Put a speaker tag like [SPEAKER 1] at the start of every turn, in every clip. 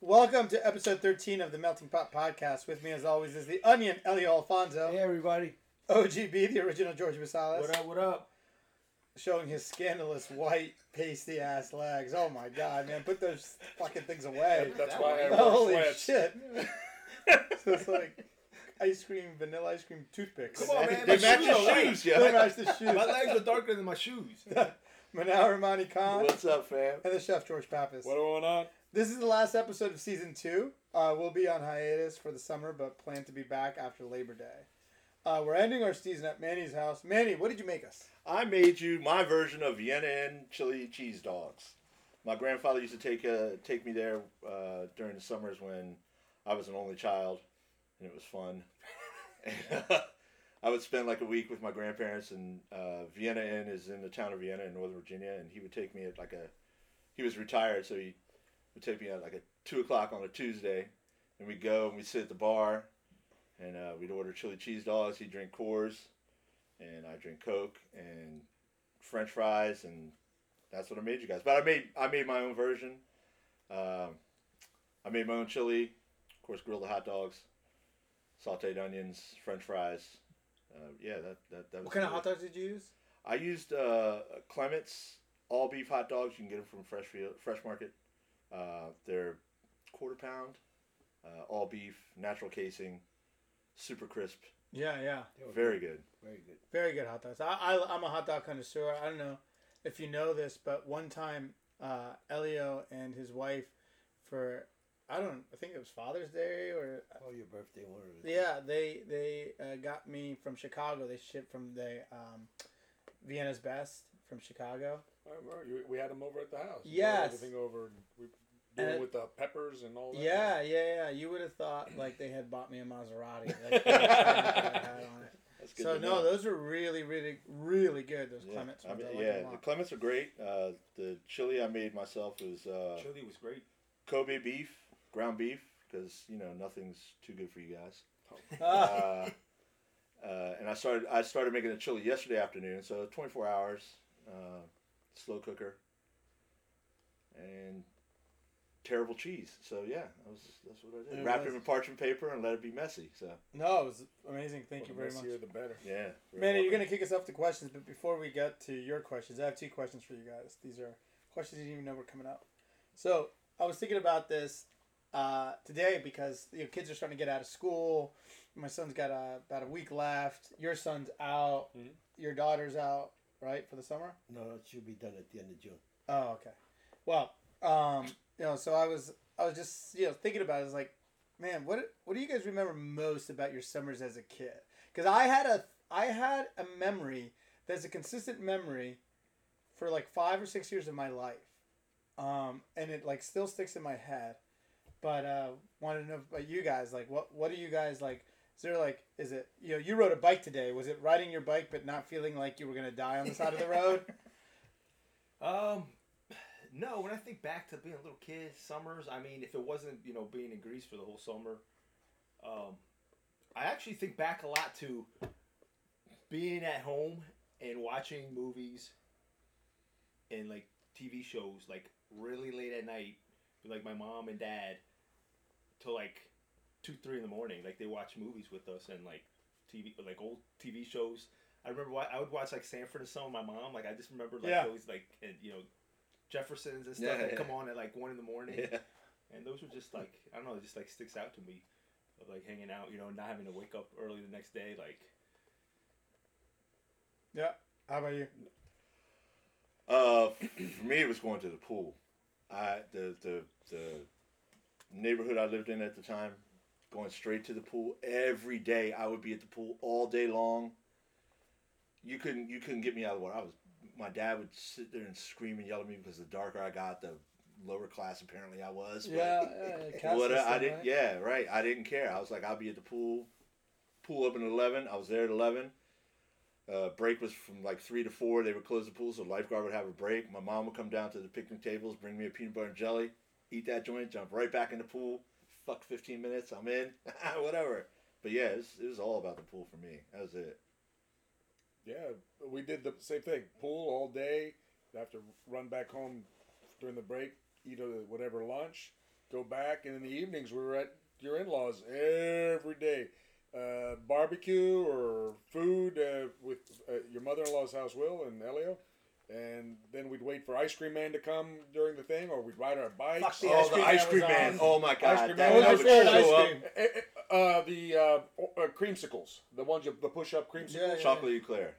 [SPEAKER 1] Welcome to episode 13 of the Melting Pot Podcast. With me, as always, is the onion, Elio Alfonso.
[SPEAKER 2] Hey everybody.
[SPEAKER 1] OGB, the original George Basalis.
[SPEAKER 2] What up, what up?
[SPEAKER 1] Showing his scandalous white, pasty ass legs. Oh my god, man. Put those fucking things away.
[SPEAKER 3] That's why I wear
[SPEAKER 1] Holy
[SPEAKER 3] flats.
[SPEAKER 1] shit. so it's like ice cream, vanilla ice cream toothpicks.
[SPEAKER 2] Come on, man.
[SPEAKER 3] They
[SPEAKER 2] My
[SPEAKER 3] match
[SPEAKER 2] shoes
[SPEAKER 3] your
[SPEAKER 2] are light.
[SPEAKER 3] shoes,
[SPEAKER 1] Don't
[SPEAKER 3] yeah.
[SPEAKER 1] match the shoes.
[SPEAKER 2] My legs are darker than my shoes.
[SPEAKER 1] Manow Armani Khan
[SPEAKER 3] What's up, fam?
[SPEAKER 1] and the chef George Pappas.
[SPEAKER 3] What's going on?
[SPEAKER 1] This is the last episode of season two. Uh, we'll be on hiatus for the summer, but plan to be back after Labor Day. Uh, we're ending our season at Manny's house. Manny, what did you make us?
[SPEAKER 3] I made you my version of Vienna and chili cheese dogs. My grandfather used to take uh, take me there uh, during the summers when I was an only child, and it was fun. And, uh, I would spend like a week with my grandparents, and uh, Vienna Inn is in the town of Vienna in Northern Virginia, and he would take me at like a. He was retired, so he would take me at like a two o'clock on a Tuesday, and we'd go and we'd sit at the bar, and uh, we'd order chili cheese dogs. He'd drink Coors, and I drink Coke and French fries, and that's what I made you guys. But I made I made my own version. Um, I made my own chili, of course, grilled the hot dogs, sautéed onions, French fries. Uh, yeah, that that that was.
[SPEAKER 1] What kind of
[SPEAKER 3] good.
[SPEAKER 1] hot dogs did you use?
[SPEAKER 3] I used uh, Clements all beef hot dogs. You can get them from Fresh Field, Fresh Market. Uh, they're quarter pound, uh, all beef, natural casing, super crisp,
[SPEAKER 1] Yeah, yeah.
[SPEAKER 3] very good.
[SPEAKER 2] Very good.
[SPEAKER 1] Very good hot dogs. I, I, I'm a hot dog connoisseur. I don't know if you know this, but one time uh, Elio and his wife, for I don't, I think it was Father's Day or
[SPEAKER 2] Oh, your birthday one of those.
[SPEAKER 1] Yeah, they they uh, got me from Chicago. They shipped from the um, Vienna's Best from Chicago.
[SPEAKER 4] I remember you- we had them over at the house. We
[SPEAKER 1] Yes.
[SPEAKER 4] brought everything over and we doing
[SPEAKER 1] And-
[SPEAKER 4] with the peppers and all that.
[SPEAKER 1] Yeah, yeah, yeah. You would have thought like they had bought me a Maserati. Like, I had on it.
[SPEAKER 3] That's good.
[SPEAKER 1] So
[SPEAKER 3] to
[SPEAKER 1] no,
[SPEAKER 3] know.
[SPEAKER 1] those are really, really, really good. Those
[SPEAKER 3] yeah,
[SPEAKER 1] Clements
[SPEAKER 3] I
[SPEAKER 1] ones. I,
[SPEAKER 3] mean,
[SPEAKER 1] like
[SPEAKER 3] yeah,
[SPEAKER 1] them a
[SPEAKER 3] the
[SPEAKER 1] lot.
[SPEAKER 3] Clements are great. Uh, the chili I made myself was uh,
[SPEAKER 2] Chili was great.
[SPEAKER 3] Kobe beef, ground beef, because you know nothing's too good for you guys.
[SPEAKER 1] Ah,
[SPEAKER 3] uh, uh, and I started I started making the chili yesterday afternoon, so 24 hours, uh, slow cooker, and terrible cheese. So yeah, that was that's what I did.
[SPEAKER 1] It
[SPEAKER 3] Wrapped
[SPEAKER 1] was-
[SPEAKER 3] it in parchment paper and let it be messy. So
[SPEAKER 1] no, it was amazing. Thank
[SPEAKER 4] Well,
[SPEAKER 1] you
[SPEAKER 4] the
[SPEAKER 1] very
[SPEAKER 4] messier
[SPEAKER 1] much.
[SPEAKER 4] the better.
[SPEAKER 3] yeah, very
[SPEAKER 1] Manny, you're
[SPEAKER 3] welcome.
[SPEAKER 1] gonna kick us off to questions, but before we get to your questions, I have two questions for you guys. These are questions you didn't even know were coming up. So I was thinking about this uh, today because you know, kids are starting to get out of school. My son's got uh, about a week left. Your son's out.
[SPEAKER 3] Mm-hmm.
[SPEAKER 4] Mhm.
[SPEAKER 1] Your daughter's out, right, for the summer.
[SPEAKER 2] No, it should be done at the end of June.
[SPEAKER 1] Oh, okay. Well, um, you know, so I was, I was just, you know, thinking about it. I was like, man, what, what do you guys remember most about your summers as a kid? Because I had a, I had a memory that's a consistent memory for like five or six years of my life, um, and it like still sticks in my head. But uh, wanted to know about you guys. Like, what, what do you guys like? Is there like, is it you know, you rode a bike today? Was it riding your bike but not feeling like you were gonna die on the side of the road?
[SPEAKER 5] Um, no. When I think back to being a little kid, summers. I mean, if it wasn't you know being in Greece for the whole summer, um, I actually think back a lot to being at home and watching movies and like TV shows like really late at night with like my mom and dad till like two three in the morning. Like they watch movies with us and like TV like old TV shows. I remember wa- I would watch like Sanford and Son with my mom. Like I just remember like
[SPEAKER 1] Yeah.
[SPEAKER 5] those like and, you know Jeffersons and stuff
[SPEAKER 3] Yeah,
[SPEAKER 5] that
[SPEAKER 3] yeah.
[SPEAKER 5] come on at like one in the morning.
[SPEAKER 3] Yeah.
[SPEAKER 5] And those were just like I don't know, it just like sticks out to me of like hanging out, you know, not having to wake up early the next day. Like
[SPEAKER 1] yeah. How about you?
[SPEAKER 3] Uh, for me, it was going to the pool. I the the the neighborhood I lived in at the time, going straight to the pool every day. I would be at the pool all day long. You couldn't you couldn't get me out of the water. I was my dad would sit there and scream and yell at me because the darker I got, the lower class apparently I was. but-
[SPEAKER 1] yeah.
[SPEAKER 3] what I, I didn't, yeah, right. I didn't care. I was like, I'll be at the pool, pool open at eleven. I was there at eleven. Uh, break was from like three to four. They would close the pool, so lifeguard would have a break. My mom would come down to the picnic tables, bring me a peanut butter and jelly, eat that joint, jump right back in the pool. Fuck fifteen minutes, I'm in, whatever. But yeah, it was, it was all about the pool for me. That was it.
[SPEAKER 4] Yeah, we did the same thing. Pool all day. Have to run back home during the break, eat a, whatever lunch, go back, and in the evenings we were at your in-laws every day, uh, barbecue or food uh, with uh, your mother-in-law's house, Will and Elio. And then we'd wait for ice cream man to come during the thing, or we'd ride our bikes.
[SPEAKER 1] the
[SPEAKER 3] oh, the ice cream
[SPEAKER 1] was
[SPEAKER 3] man.
[SPEAKER 1] on.
[SPEAKER 3] Oh my god.
[SPEAKER 4] cream
[SPEAKER 3] that
[SPEAKER 4] man.
[SPEAKER 3] guy
[SPEAKER 4] Oh,
[SPEAKER 3] would
[SPEAKER 4] that's right,
[SPEAKER 3] show
[SPEAKER 1] ice
[SPEAKER 3] up.
[SPEAKER 1] cream.
[SPEAKER 4] Eh, eh, uh, the uh, o- uh, creamsicles, the ones you, the push-up
[SPEAKER 1] Yeah,
[SPEAKER 4] creamsicles,
[SPEAKER 1] yeah.
[SPEAKER 3] Chocolate eclair.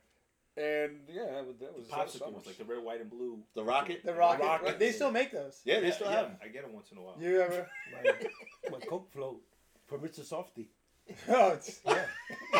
[SPEAKER 4] and yeah, that was, that was that was
[SPEAKER 5] Popsicle
[SPEAKER 4] summers.
[SPEAKER 5] was like the red, white, and blue.
[SPEAKER 3] The rocket.
[SPEAKER 1] The rocket.
[SPEAKER 4] Rocket.
[SPEAKER 1] They still make those.
[SPEAKER 3] Yeah, they still
[SPEAKER 5] yeah,
[SPEAKER 3] have 'em.
[SPEAKER 5] I get them once in a while.
[SPEAKER 1] You ever?
[SPEAKER 2] My, my Coke float for Mr. Softy.
[SPEAKER 1] Oh, it's,
[SPEAKER 2] Yeah.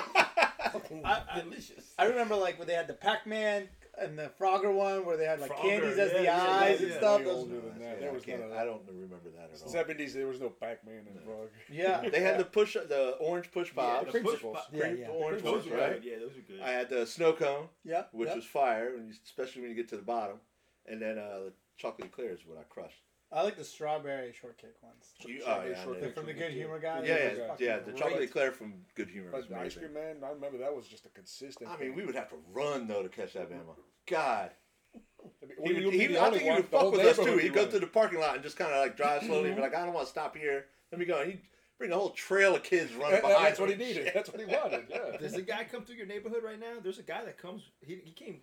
[SPEAKER 2] Fucking
[SPEAKER 5] I- I-
[SPEAKER 2] delicious.
[SPEAKER 1] I remember like when they had the Pac Man and the Frogger one where they had like
[SPEAKER 5] Frogger,
[SPEAKER 1] candies as the
[SPEAKER 5] yeah, yeah,
[SPEAKER 1] eyes
[SPEAKER 5] yeah,
[SPEAKER 1] and
[SPEAKER 5] yeah.
[SPEAKER 1] stuff.
[SPEAKER 4] Way
[SPEAKER 1] Those-
[SPEAKER 4] older than that. There
[SPEAKER 3] I,
[SPEAKER 4] was none
[SPEAKER 3] can't-
[SPEAKER 4] of
[SPEAKER 3] I
[SPEAKER 4] that.
[SPEAKER 3] don't remember that at all.
[SPEAKER 4] Seventies, there was no Pac-Man and Frog.
[SPEAKER 1] yeah.
[SPEAKER 3] They had the push, the orange push
[SPEAKER 5] Yeah,
[SPEAKER 3] pops.
[SPEAKER 5] the
[SPEAKER 4] Cream
[SPEAKER 5] push
[SPEAKER 4] circles.
[SPEAKER 5] pop-
[SPEAKER 2] Yeah, yeah.
[SPEAKER 3] Orange
[SPEAKER 5] Those
[SPEAKER 3] ones,
[SPEAKER 5] were
[SPEAKER 3] right?
[SPEAKER 5] good. Yeah, those were good.
[SPEAKER 3] I had the snow cone,
[SPEAKER 1] Yeah.
[SPEAKER 3] which
[SPEAKER 1] yeah.
[SPEAKER 3] was fire, and you- especially when you get to the bottom. And then uh, the chocolate eclair is what I crushed.
[SPEAKER 1] I like the strawberry shortcake ones.
[SPEAKER 3] You-
[SPEAKER 4] Chocolate
[SPEAKER 3] oh, yeah, I
[SPEAKER 4] shortcake.
[SPEAKER 1] They're
[SPEAKER 3] did.
[SPEAKER 1] from the Good Humor guy.
[SPEAKER 3] yeah,
[SPEAKER 4] Those
[SPEAKER 3] yeah,
[SPEAKER 4] were
[SPEAKER 1] They're fucking
[SPEAKER 3] yeah, The
[SPEAKER 1] great.
[SPEAKER 3] chocolate eclair from Good Humor
[SPEAKER 4] But
[SPEAKER 3] is
[SPEAKER 4] the ice
[SPEAKER 3] amazing.
[SPEAKER 4] cream man, I remember that was just a consistent.
[SPEAKER 3] I
[SPEAKER 4] thing.
[SPEAKER 3] mean, we would have to run though to catch that Bama. God,
[SPEAKER 4] I mean,
[SPEAKER 3] he
[SPEAKER 4] well,
[SPEAKER 3] would,
[SPEAKER 4] you'd be
[SPEAKER 3] he,
[SPEAKER 4] the
[SPEAKER 3] I
[SPEAKER 4] only
[SPEAKER 3] think he
[SPEAKER 4] one,
[SPEAKER 3] would
[SPEAKER 4] the
[SPEAKER 3] fuck
[SPEAKER 4] whole
[SPEAKER 3] with us too.
[SPEAKER 4] neighborhood
[SPEAKER 3] He'd
[SPEAKER 4] would
[SPEAKER 3] go
[SPEAKER 4] be
[SPEAKER 3] through the parking lot and just kind of like drive slowly and be like, "I don't want to stop here. Let me go." And he'd bring a whole trail of kids running
[SPEAKER 4] running. That-
[SPEAKER 3] behind.
[SPEAKER 4] That's what he
[SPEAKER 3] him.
[SPEAKER 4] needed. That's what he wanted. Yeah.
[SPEAKER 5] Does the guy come through your neighborhood right now? There's a guy that comes. He, he came.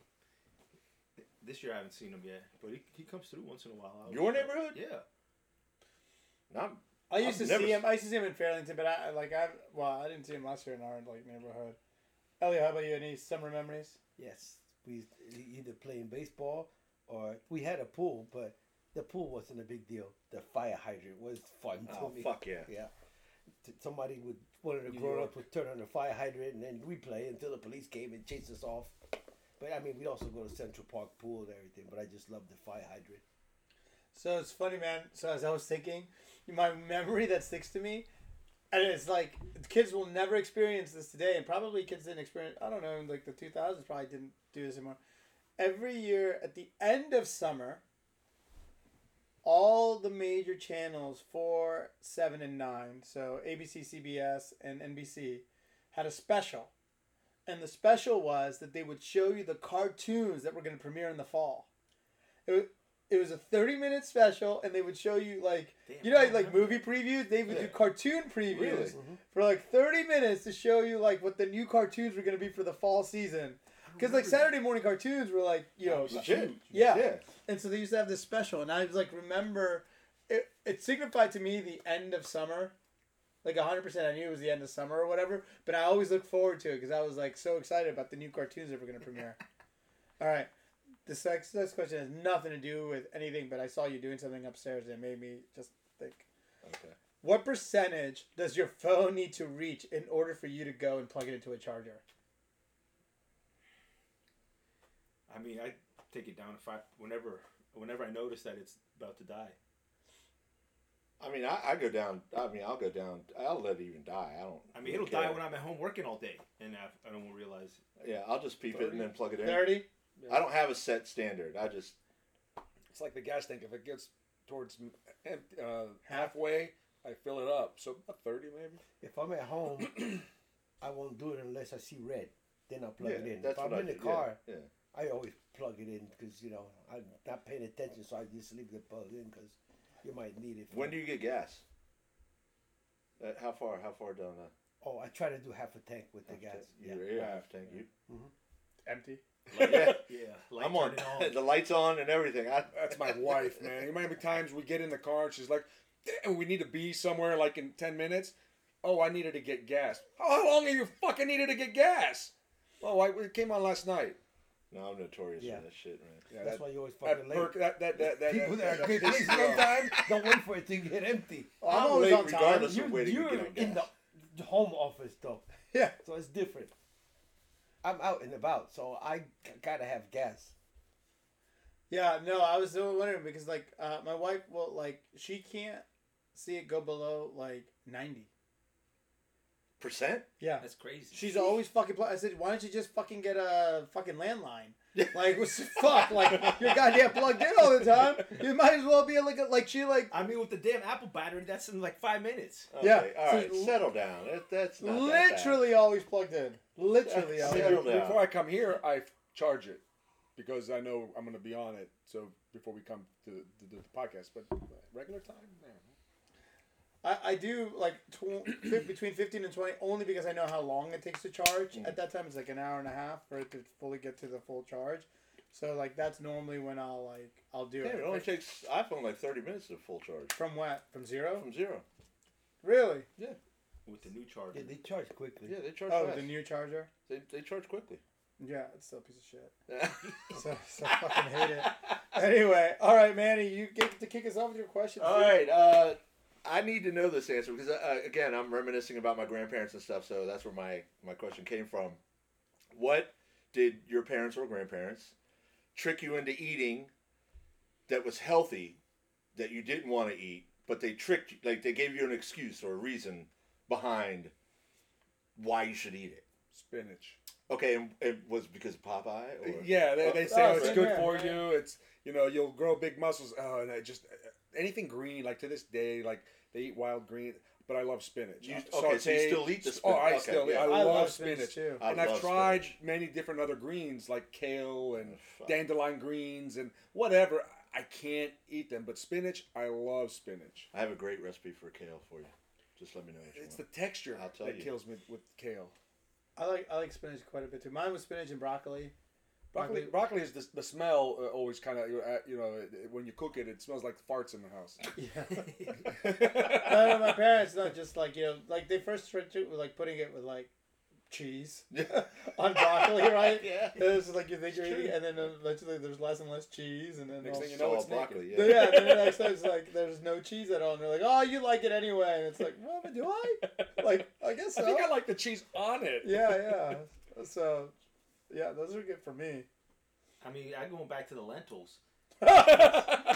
[SPEAKER 5] This year I haven't seen him yet, but he, he comes through once in a while. I was-
[SPEAKER 3] Your neighborhood?
[SPEAKER 5] Yeah.
[SPEAKER 3] Not-
[SPEAKER 1] I used
[SPEAKER 3] I've
[SPEAKER 1] to
[SPEAKER 3] never
[SPEAKER 1] see him. I used to see him in Fairlington, but I like I well, I didn't see him last year in our like neighborhood. Elliot, how about you? Any summer memories?
[SPEAKER 2] Yes, we e- either playing baseball or we had a pool, but the pool wasn't a big deal. The fire hydrant was fun to
[SPEAKER 3] Oh,
[SPEAKER 2] me.
[SPEAKER 3] fuck yeah.
[SPEAKER 2] Yeah, T- somebody would one of the
[SPEAKER 5] New
[SPEAKER 2] grown
[SPEAKER 5] York.
[SPEAKER 2] ups would turn on the fire hydrant and then we play until the police came and chased us off. But I mean, we'd also go to Central Park pool and everything. But I just loved the fire hydrant.
[SPEAKER 1] So it's funny, man. So as I was thinking, my memory that sticks to me, and it's like kids will never experience this today, and probably kids didn't experience. I don't know, in like the two thousands probably didn't do this anymore. Every year at the end of summer, all the major channels four, seven, and nine, so ABC, CBS, and NBC, had a special, and the special was that they would show you the cartoons that were going to premiere in the fall. It was, it was a 30 minute special and they would show you like
[SPEAKER 5] Damn,
[SPEAKER 1] you know
[SPEAKER 5] I
[SPEAKER 1] how, like movie previews they would do
[SPEAKER 3] Yeah.
[SPEAKER 1] cartoon previews
[SPEAKER 3] Really? Mm-hmm.
[SPEAKER 1] for like 30 minutes to show you like what the new cartoons were going to be for the fall season because like saturday morning cartoons were like you
[SPEAKER 4] Oh,
[SPEAKER 1] know
[SPEAKER 3] Legit.
[SPEAKER 1] Yeah.
[SPEAKER 3] Yeah.
[SPEAKER 1] and so they used to have this special and i was like remember it, it signified to me the end of summer like 100% i knew it was the end of summer or whatever but i always looked forward to it because i was like so excited about the new cartoons that were going to premiere all right this next, next question has nothing to do with anything but i saw you doing something upstairs and it made me just think
[SPEAKER 3] Okay.
[SPEAKER 1] what percentage does your phone need to reach in order for you to go and plug it into a charger
[SPEAKER 5] I mean, I take it down if I whenever whenever I notice that it's about to die.
[SPEAKER 3] I mean, I, I go down. I mean, I'll go down. I'll let it even die. I don't.
[SPEAKER 5] I mean, it'll die when I'm at home working all day, and I, I don't realize.
[SPEAKER 3] Yeah, I'll just peep it and then plug it in.
[SPEAKER 1] 30
[SPEAKER 3] I don't have a set standard. I just
[SPEAKER 4] It's like the gas tank. If it gets towards m- em- uh, halfway, I fill it up. So about thirty, maybe.
[SPEAKER 2] If I'm at home, I won't do it unless I see red. Then I'll plug
[SPEAKER 3] yeah,
[SPEAKER 2] it in.
[SPEAKER 3] That's
[SPEAKER 2] If I'm
[SPEAKER 3] what
[SPEAKER 2] in
[SPEAKER 3] I
[SPEAKER 2] the
[SPEAKER 3] do, yeah,
[SPEAKER 2] car,
[SPEAKER 3] Yeah,
[SPEAKER 2] I always plug it in because you know I'm not paying attention, so I just leave it plugged in because you might need it. for-
[SPEAKER 3] When do you get gas? Uh, how far? How far down that?
[SPEAKER 2] Oh, I try to do half a tank with the gas. Yeah.
[SPEAKER 3] You yeah. half tank. You.
[SPEAKER 1] empty
[SPEAKER 3] Yeah.
[SPEAKER 5] Yeah,
[SPEAKER 3] I'm on. the lights on and everything. I.
[SPEAKER 4] That's my wife, man. You remember times we get in the car and she's like, "Damn, we need to be somewhere like in ten minutes." Oh, I needed to get gas. "Oh, How long have you fucking needed to get gas? Oh, I, it came on last night.
[SPEAKER 3] No, I'm notorious
[SPEAKER 2] Yeah.
[SPEAKER 3] for that shit, man.
[SPEAKER 4] Yeah,
[SPEAKER 2] That's
[SPEAKER 4] that-
[SPEAKER 2] why you always
[SPEAKER 4] That
[SPEAKER 2] fucking late.
[SPEAKER 4] perk, that that that that.
[SPEAKER 2] People that are
[SPEAKER 4] that-
[SPEAKER 2] good
[SPEAKER 4] that-
[SPEAKER 2] sometimes don't wait for it to get empty.
[SPEAKER 1] i'm,
[SPEAKER 3] I'm
[SPEAKER 1] always
[SPEAKER 3] late
[SPEAKER 1] on time
[SPEAKER 3] regardless. That's
[SPEAKER 2] You,
[SPEAKER 3] a way to
[SPEAKER 2] you're
[SPEAKER 3] get on
[SPEAKER 2] in the
[SPEAKER 3] gas.
[SPEAKER 2] home office though,
[SPEAKER 1] yeah
[SPEAKER 2] so it's different. I'm out and about, so I g- gotta have gas.
[SPEAKER 1] Yeah, no, I was still wondering because like uh, my wife will like she can't see it go below like ninety.
[SPEAKER 3] Percent?
[SPEAKER 1] Yeah,
[SPEAKER 5] That's crazy.
[SPEAKER 1] she's always fucking. Pl- I said, why don't you just fucking get a fucking landline? Like, what's the fuck? Like, you're goddamn plugged in all the time. You might as well be like, a, like she like
[SPEAKER 5] I mean, with the damn Apple battery, that's in like five minutes.
[SPEAKER 3] Okay,
[SPEAKER 1] Yeah,
[SPEAKER 3] All
[SPEAKER 1] so
[SPEAKER 3] right.
[SPEAKER 1] l-
[SPEAKER 3] settle down. That, that's not that bad.
[SPEAKER 1] literally always plugged in. Literally
[SPEAKER 3] Yeah,
[SPEAKER 1] always.
[SPEAKER 4] Yeah,
[SPEAKER 3] Settle down.
[SPEAKER 4] before I come here, I charge it because I know I'm going to be on it. So before we come to, to do the podcast, but regular time, yeah.
[SPEAKER 1] I, I do like tw- fif- between 15 and 20 only because I know how long it takes to charge. At that time, it's like an hour and a half for it to fully get to the full charge. So like that's normally when I'll like I'll do
[SPEAKER 3] Yeah, it
[SPEAKER 1] it.
[SPEAKER 3] only takes iPhone like 30 minutes to full charge
[SPEAKER 1] From what? From zero?
[SPEAKER 3] from zero.
[SPEAKER 1] Really?
[SPEAKER 5] with the new charger.
[SPEAKER 2] Yeah, they charge quickly.
[SPEAKER 3] Yeah, they charge
[SPEAKER 1] Oh,
[SPEAKER 3] fast.
[SPEAKER 1] the new charger.
[SPEAKER 3] they, they charge quickly.
[SPEAKER 1] Yeah, it's still a piece of shit. So, so I fucking hate it. Anyway, all right, Manny, you get to kick us off with your question.
[SPEAKER 3] All right. Uh, I need to know this answer because uh, again, I'm reminiscing about my grandparents and stuff, so that's where my my question came from. What did your parents or grandparents trick you into eating that was healthy that you didn't want to eat, but they tricked you, like they gave you an excuse or a reason behind why you should eat it?
[SPEAKER 4] Spinach.
[SPEAKER 3] Okay, and it was because of Popeye. Or,
[SPEAKER 4] Yeah, they, they say
[SPEAKER 1] Oh,
[SPEAKER 4] oh, it's
[SPEAKER 1] same
[SPEAKER 4] good
[SPEAKER 1] here,
[SPEAKER 4] for
[SPEAKER 1] yeah.
[SPEAKER 4] you. It's you know you'll grow big muscles. Oh, and I just anything green like to this day like they eat wild green, but I love spinach.
[SPEAKER 3] You-
[SPEAKER 4] Uh,
[SPEAKER 3] okay, so you
[SPEAKER 4] sauteed-
[SPEAKER 3] still eat the
[SPEAKER 4] Oh, I
[SPEAKER 3] spinach.
[SPEAKER 4] still
[SPEAKER 3] Okay,
[SPEAKER 4] eat.
[SPEAKER 3] yeah.
[SPEAKER 4] I,
[SPEAKER 1] I
[SPEAKER 4] love,
[SPEAKER 1] love
[SPEAKER 4] spinach,
[SPEAKER 1] spinach, too.
[SPEAKER 3] I
[SPEAKER 4] and I've
[SPEAKER 3] love
[SPEAKER 4] tried
[SPEAKER 3] spinach.
[SPEAKER 4] many different other greens like kale and
[SPEAKER 3] Fuck.
[SPEAKER 4] dandelion greens and whatever. I can't eat them, but spinach, I love spinach.
[SPEAKER 3] I have a great recipe for kale for you. Just let me know. What you
[SPEAKER 4] It's
[SPEAKER 3] want.
[SPEAKER 4] the texture
[SPEAKER 3] I'll tell
[SPEAKER 4] that
[SPEAKER 3] you.
[SPEAKER 4] kills me with kale.
[SPEAKER 1] I like I like spinach quite a bit too. Mine was spinach and broccoli.
[SPEAKER 4] Broccoli, broccoli is the, the smell uh, always kind of uh, you know uh, when you cook it, it smells like farts in the house.
[SPEAKER 1] Yeah. no, no, my parents not just like you know like they first tried to like putting it with like cheese on broccoli, right?
[SPEAKER 3] Yeah.
[SPEAKER 1] And it's just, like you think you're
[SPEAKER 3] It's
[SPEAKER 1] eating,
[SPEAKER 3] true.
[SPEAKER 1] and then eventually there's less and less cheese, and then
[SPEAKER 4] Next
[SPEAKER 1] all-
[SPEAKER 4] thing you know,
[SPEAKER 3] Saw
[SPEAKER 4] it's naked.
[SPEAKER 3] broccoli.
[SPEAKER 1] yeah. yeah, then the next time it's like there's no cheese at all, and they're like, "Oh, you like it anyway," and it's like, "Well, but do I?" Like, I guess so.
[SPEAKER 4] I think I like the cheese on it.
[SPEAKER 1] yeah, yeah. So, yeah, those are good for me.
[SPEAKER 5] I mean, I'm going back to the lentils.
[SPEAKER 4] yeah.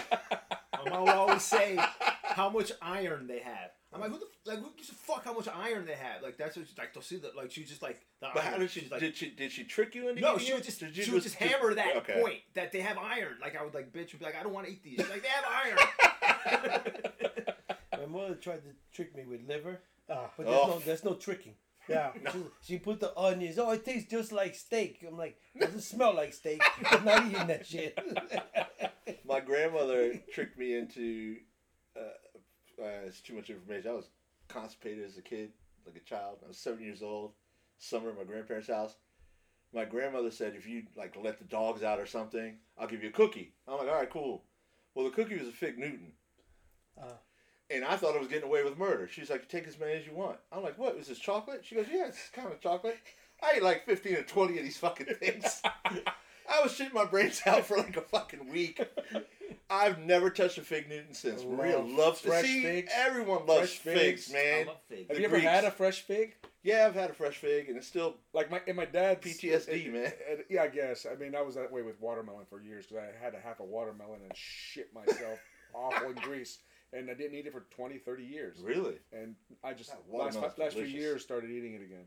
[SPEAKER 5] My mom would always say how much iron they have. I'm like, who the like who gives a fuck how much iron they have? Like that's what she, like they'll see that like she just like the
[SPEAKER 3] But
[SPEAKER 5] iron.
[SPEAKER 3] how did she,
[SPEAKER 5] She's like,
[SPEAKER 3] did she did she trick you into
[SPEAKER 5] no,
[SPEAKER 3] eating
[SPEAKER 5] she would
[SPEAKER 3] it?
[SPEAKER 5] just
[SPEAKER 3] Did
[SPEAKER 5] she
[SPEAKER 3] you
[SPEAKER 5] would just hammer that
[SPEAKER 3] okay.
[SPEAKER 5] point that they have iron. Like I would like bitch and be like, I don't want to eat these. She's like they have iron.
[SPEAKER 2] My mother tried to trick me with liver,
[SPEAKER 1] Ah,
[SPEAKER 2] but there's
[SPEAKER 3] Oh.
[SPEAKER 2] no there's no tricking.
[SPEAKER 1] yeah.
[SPEAKER 2] She, she put the onions. Oh, it tastes just like steak. I'm like, doesn't smell like steak. I'm not eating that shit. Oh,
[SPEAKER 3] My grandmother tricked me into. Uh, uh, it's too much information. I was constipated as a kid, like a child. I was seven years old. Summer at my grandparents' house. My grandmother said, if you like let the dogs out or something, I'll give you a cookie. I'm like, all right, cool. Well, the cookie was a fig Newton.
[SPEAKER 4] Uh.
[SPEAKER 1] Ah.
[SPEAKER 3] And I thought I was getting away with murder. She's like, take as many as you want. I'm like, what? Is this chocolate? She goes, yeah, it's kind of chocolate. I ate like 15 or 20 of these fucking things. I was shitting my brains out for like a fucking week. I've never touched a fig Newton since.
[SPEAKER 4] Love
[SPEAKER 3] Maria loves to
[SPEAKER 4] fresh
[SPEAKER 3] see.
[SPEAKER 4] figs.
[SPEAKER 3] Everyone loves
[SPEAKER 4] Fresh
[SPEAKER 3] figs,
[SPEAKER 4] figs.
[SPEAKER 5] I
[SPEAKER 3] man.
[SPEAKER 5] love figs.
[SPEAKER 4] Have
[SPEAKER 3] The
[SPEAKER 4] you ever
[SPEAKER 3] Greeks.
[SPEAKER 4] had a fresh fig?
[SPEAKER 3] Yeah, I've had a fresh fig, and it's still
[SPEAKER 4] Like my and my dad's
[SPEAKER 3] PTSD, man.
[SPEAKER 4] and- yeah, I guess. I mean, I was that way with watermelon for years because I had a half a watermelon and shit myself awful in Greece, and I didn't eat it for 20, 30 years.
[SPEAKER 3] really.
[SPEAKER 4] And I just
[SPEAKER 3] That
[SPEAKER 4] last
[SPEAKER 3] watermelon's
[SPEAKER 4] last few
[SPEAKER 3] delicious.
[SPEAKER 4] years started eating it again.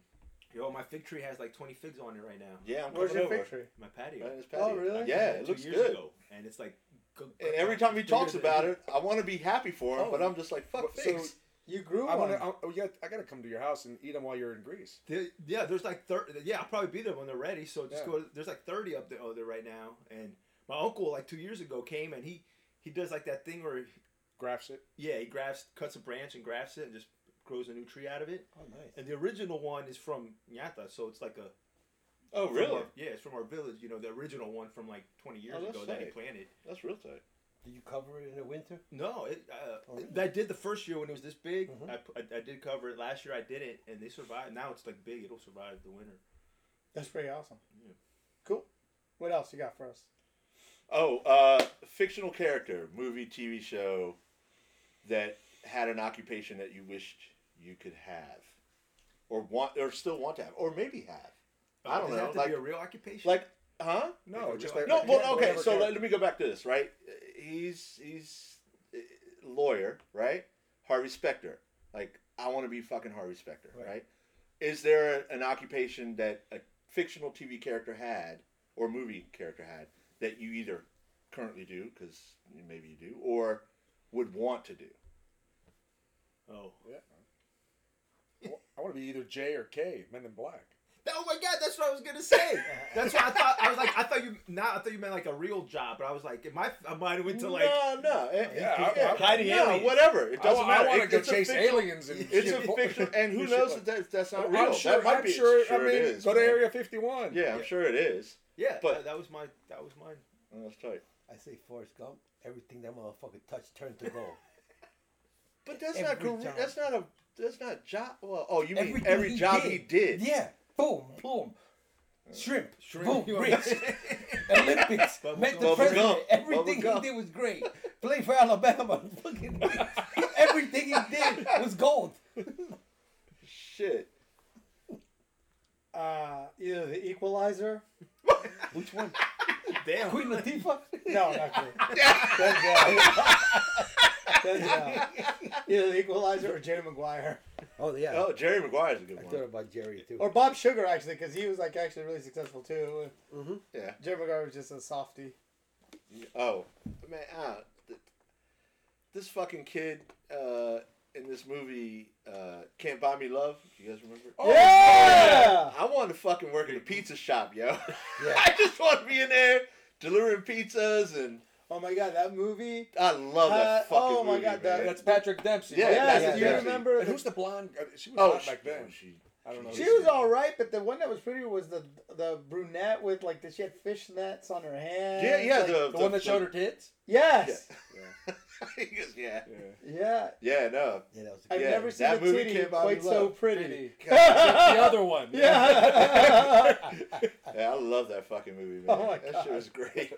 [SPEAKER 5] Yo, my fig tree has like 20 figs on it right now.
[SPEAKER 3] Yeah, I'm
[SPEAKER 1] Where's
[SPEAKER 3] coming
[SPEAKER 1] your
[SPEAKER 3] over.
[SPEAKER 1] fig tree?
[SPEAKER 5] My patio.
[SPEAKER 3] Right in his
[SPEAKER 1] Oh,
[SPEAKER 3] patio.
[SPEAKER 1] really?
[SPEAKER 3] Yeah,
[SPEAKER 5] Two
[SPEAKER 3] it looks
[SPEAKER 5] years
[SPEAKER 3] good.
[SPEAKER 5] ago, and it's like. go-
[SPEAKER 3] And every time he
[SPEAKER 5] bigger
[SPEAKER 3] talks
[SPEAKER 5] than-
[SPEAKER 3] about it, I want to be happy for him,
[SPEAKER 4] Oh.
[SPEAKER 3] but I'm just like, fuck
[SPEAKER 4] But- so-
[SPEAKER 3] figs.
[SPEAKER 1] You grew
[SPEAKER 4] I
[SPEAKER 1] one.
[SPEAKER 4] want to. Oh yeah, I gotta come to your house and eat them while you're in Greece.
[SPEAKER 5] There- yeah, there's like thirty. Yeah, I'll probably be there when they're ready. So just
[SPEAKER 4] Yeah.
[SPEAKER 5] go. To, there's like thirty up there, oh, there right now. And my uncle, like two years ago, came and he he does like that thing where
[SPEAKER 4] Grafts it.
[SPEAKER 5] yeah, he grafts, cuts a branch and grafts it and just grows a new tree out of it.
[SPEAKER 2] Oh, nice.
[SPEAKER 5] And the original one is from Nyata, so it's like a
[SPEAKER 3] oh,
[SPEAKER 5] from
[SPEAKER 3] really?
[SPEAKER 5] our- yeah, it's from our village. You know, the original one from like twenty years
[SPEAKER 3] Oh, that's
[SPEAKER 5] ago that he
[SPEAKER 3] tight.
[SPEAKER 5] planted.
[SPEAKER 3] That's real tight.
[SPEAKER 2] Do you cover it in the winter?
[SPEAKER 5] No, it, uh,
[SPEAKER 2] Oh, really?
[SPEAKER 5] I did the first year when it was this big.
[SPEAKER 2] Mhm.
[SPEAKER 5] I pu- I, I did cover it last year. I didn't, and they survived. Now it's like big. It'll survive the winter.
[SPEAKER 1] That's pretty awesome.
[SPEAKER 5] Yeah.
[SPEAKER 1] Cool. What else you got for us?
[SPEAKER 3] Oh, uh, fictional character, movie, TV show that had an occupation that you wished you could have, or want, or still want to have, or maybe have. I
[SPEAKER 5] Does
[SPEAKER 3] don't know,
[SPEAKER 5] It have to
[SPEAKER 3] like-
[SPEAKER 5] be a real occupation.
[SPEAKER 3] Like, huh?
[SPEAKER 4] No,
[SPEAKER 5] Like
[SPEAKER 4] just
[SPEAKER 5] a-
[SPEAKER 4] like
[SPEAKER 3] No,
[SPEAKER 5] Yeah,
[SPEAKER 3] well, okay.
[SPEAKER 4] whatever
[SPEAKER 3] So
[SPEAKER 4] character.
[SPEAKER 3] let, let me go back to this, right? He's he's uh, lawyer, right? Harvey Specter. Like, I want to be fucking Harvey Specter, right?
[SPEAKER 2] Right.
[SPEAKER 3] Is there an occupation that a fictional TV character had or movie character had that you either currently do because maybe you do or would want to do?
[SPEAKER 5] oh.
[SPEAKER 4] I want to be either J or K, Men in Black.
[SPEAKER 5] Oh my god, that's what I was gonna say. That's what I thought. I was like, I thought you not. I thought you meant like a real job, but I was like, my mind went to like.
[SPEAKER 3] no, no, eh, it-
[SPEAKER 4] Yeah,
[SPEAKER 3] it-
[SPEAKER 4] I- I-
[SPEAKER 3] hiding
[SPEAKER 5] No,
[SPEAKER 3] aliens. whatever. It
[SPEAKER 4] I,
[SPEAKER 3] doesn't matter.
[SPEAKER 4] want to
[SPEAKER 3] It-
[SPEAKER 4] go
[SPEAKER 3] it's a
[SPEAKER 4] chase
[SPEAKER 3] fictional-
[SPEAKER 4] aliens and
[SPEAKER 3] It's a
[SPEAKER 4] shit.
[SPEAKER 3] fiction, and who
[SPEAKER 4] shit
[SPEAKER 3] knows
[SPEAKER 4] like-
[SPEAKER 3] that that's, that's not real?
[SPEAKER 4] I'm sure.
[SPEAKER 3] that might
[SPEAKER 4] I'm
[SPEAKER 3] be.
[SPEAKER 4] sure. I mean,
[SPEAKER 3] it is,
[SPEAKER 4] go to
[SPEAKER 3] man.
[SPEAKER 4] Area 51.
[SPEAKER 3] Yeah, I'm
[SPEAKER 5] Yeah.
[SPEAKER 3] sure it is.
[SPEAKER 5] Yeah,
[SPEAKER 3] But-
[SPEAKER 5] that, that was my. That was mine.
[SPEAKER 3] Oh, That's tight.
[SPEAKER 2] I say Forrest Gump. Everything that motherfucker touched turned to gold.
[SPEAKER 3] But that's
[SPEAKER 2] Every
[SPEAKER 3] not career,
[SPEAKER 2] job.
[SPEAKER 3] that's not a that's not job. Well, oh, you mean
[SPEAKER 2] Everything
[SPEAKER 3] every
[SPEAKER 2] he
[SPEAKER 3] job
[SPEAKER 2] did.
[SPEAKER 3] he did?
[SPEAKER 2] Yeah. Boom. Boom. Shrimp.
[SPEAKER 5] Shrimp.
[SPEAKER 2] Boom. Rich. Olympics.
[SPEAKER 5] Bubble
[SPEAKER 2] Met the
[SPEAKER 3] gum. Bubble gum.
[SPEAKER 2] president.
[SPEAKER 3] Bubble
[SPEAKER 2] Everything
[SPEAKER 3] gum.
[SPEAKER 2] he did was great. Played for Alabama. Fucking. Everything he did was gold.
[SPEAKER 3] Shit.
[SPEAKER 1] Uh, either the Equalizer.
[SPEAKER 2] Which one?
[SPEAKER 5] Damn.
[SPEAKER 2] Queen Latifah.
[SPEAKER 1] No, not good. Denzel. Denzel. Either the Equalizer or Jerry Maguire
[SPEAKER 2] Oh yeah.
[SPEAKER 3] Oh, Jerry Maguire's a
[SPEAKER 2] I
[SPEAKER 3] good
[SPEAKER 2] thought
[SPEAKER 3] one.
[SPEAKER 2] about Jerry too.
[SPEAKER 1] or Bob Sugar actually, because he was like actually really successful too.
[SPEAKER 3] Yeah.
[SPEAKER 1] Jerry Maguire was just a softie.
[SPEAKER 3] Oh, man. Ah, th- this fucking kid uh, in this movie uh, can't buy me love. You guys remember?
[SPEAKER 4] Oh,
[SPEAKER 1] yeah!
[SPEAKER 3] I want to fucking work in a pizza shop, yo.
[SPEAKER 2] Yeah.
[SPEAKER 3] I just want to be in there delivering pizzas, and
[SPEAKER 1] Oh my god, that movie.
[SPEAKER 3] I love that
[SPEAKER 1] Uh,
[SPEAKER 3] fucking
[SPEAKER 1] oh my
[SPEAKER 3] movie,
[SPEAKER 1] God,
[SPEAKER 3] man.
[SPEAKER 1] that-
[SPEAKER 4] That's Patrick Dempsey.
[SPEAKER 3] Yeah,
[SPEAKER 4] right?
[SPEAKER 1] Yeah,
[SPEAKER 3] that's
[SPEAKER 1] do
[SPEAKER 2] yeah,
[SPEAKER 1] you
[SPEAKER 2] yeah.
[SPEAKER 1] remember?
[SPEAKER 4] And who's the blonde? uh, She was
[SPEAKER 3] oh,
[SPEAKER 4] hot
[SPEAKER 3] she,
[SPEAKER 4] back then.
[SPEAKER 3] she-
[SPEAKER 4] I don't know.
[SPEAKER 1] She was all right, but the one that was pretty was the the brunette with like the she had fishnets on her hands.
[SPEAKER 3] yeah, yeah,
[SPEAKER 1] like-
[SPEAKER 3] the,
[SPEAKER 4] The one that showed her tits.
[SPEAKER 1] yes,
[SPEAKER 3] he goes, yeah,
[SPEAKER 4] Yeah.
[SPEAKER 1] yeah.
[SPEAKER 3] yeah, no,
[SPEAKER 2] Yeah, that was.
[SPEAKER 1] I've
[SPEAKER 3] Yeah,
[SPEAKER 1] never seen
[SPEAKER 3] that
[SPEAKER 1] a
[SPEAKER 3] movie
[SPEAKER 1] titty
[SPEAKER 3] can't buy me
[SPEAKER 1] quite so
[SPEAKER 3] love.
[SPEAKER 1] pretty.
[SPEAKER 4] the other one.
[SPEAKER 1] Yeah,
[SPEAKER 3] yeah, I love that fucking movie, man.
[SPEAKER 1] Oh my
[SPEAKER 3] that
[SPEAKER 1] God.
[SPEAKER 3] shit was great.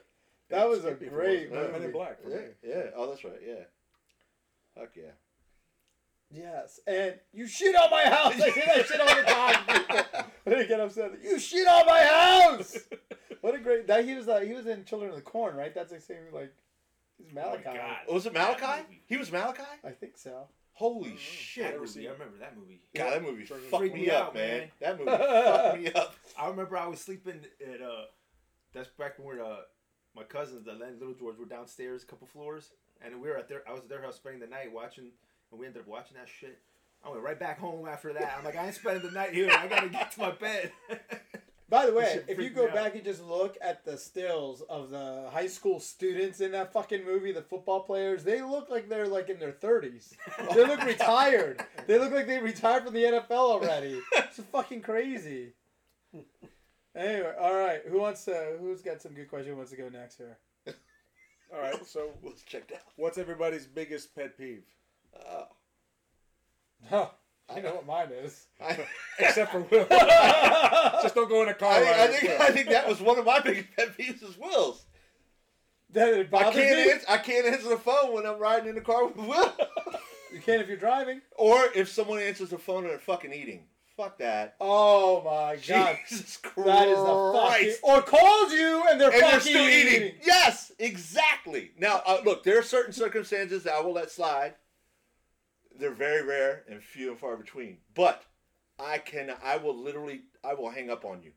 [SPEAKER 1] that was a
[SPEAKER 4] Skippy for
[SPEAKER 1] great
[SPEAKER 4] once. Men in
[SPEAKER 1] movie.
[SPEAKER 4] Black. for
[SPEAKER 3] Yeah,
[SPEAKER 4] me.
[SPEAKER 3] yeah. Oh, that's right. Yeah. Fuck yeah.
[SPEAKER 1] Yes, and you shit on my house. I say that shit all the time. people. I didn't get upset. You shit on my house. What a great that he was. Uh, he was in Children of the Corn, right? That's the same like he's Malachi.
[SPEAKER 5] Oh God.
[SPEAKER 3] Was it
[SPEAKER 5] That movie.
[SPEAKER 3] Malachi?
[SPEAKER 5] Mm-hmm.
[SPEAKER 3] He was Malachi.
[SPEAKER 1] I think so.
[SPEAKER 3] Holy
[SPEAKER 5] That
[SPEAKER 3] shit!
[SPEAKER 5] movie, I remember that movie.
[SPEAKER 3] God, that movie
[SPEAKER 4] Freaked
[SPEAKER 3] fucked
[SPEAKER 5] me
[SPEAKER 3] me up,
[SPEAKER 5] out,
[SPEAKER 3] man.
[SPEAKER 5] man.
[SPEAKER 3] That movie fucked me up.
[SPEAKER 5] I remember I was sleeping at uh, that's back when we were, uh, my cousins, the and little George, were downstairs a couple floors, and we were at their, I was at their house spending the night watching, and we ended up watching that shit. I went right back home after that. I'm like, I ain't spending the night here. I gotta get to my bed.
[SPEAKER 1] By the way,
[SPEAKER 5] shit
[SPEAKER 1] if you
[SPEAKER 5] freaked
[SPEAKER 1] go
[SPEAKER 5] me out.
[SPEAKER 1] back and just look at the stills of the high school students in that fucking movie, the football players, they look like they're like in their thirties. They look retired. They look like they retired from the NFL already. It's fucking crazy. Anyway, all right. Who wants to? Who's got some good question? who Wants to go next here?
[SPEAKER 4] All right. So,
[SPEAKER 3] Let's check that.
[SPEAKER 4] what's everybody's biggest pet peeve?
[SPEAKER 3] out.
[SPEAKER 1] Huh. I know what mine is.
[SPEAKER 3] Oh, I,
[SPEAKER 4] Except for Will. Just don't go in a car
[SPEAKER 3] I, think- I
[SPEAKER 4] ride.
[SPEAKER 3] think
[SPEAKER 4] with
[SPEAKER 3] I
[SPEAKER 4] Will.
[SPEAKER 3] think that was one of my biggest pet peeves is Will's.
[SPEAKER 1] That it
[SPEAKER 3] I
[SPEAKER 1] bothers
[SPEAKER 3] can't
[SPEAKER 1] me.
[SPEAKER 3] ans- I can't answer the phone when I'm riding in the car with Will,
[SPEAKER 1] You can if you're driving.
[SPEAKER 3] or if someone answers the phone and they're fucking eating. Fuck that.
[SPEAKER 1] Oh my god.
[SPEAKER 3] Jesus Christ.
[SPEAKER 1] That is the fucking or called you and they're
[SPEAKER 3] and
[SPEAKER 1] fucking
[SPEAKER 3] they're still eating. Yes, exactly. Now, uh, look, there are certain circumstances that I will let slide. They're very rare and few and far between. But I can, I will literally, I will hang up on you.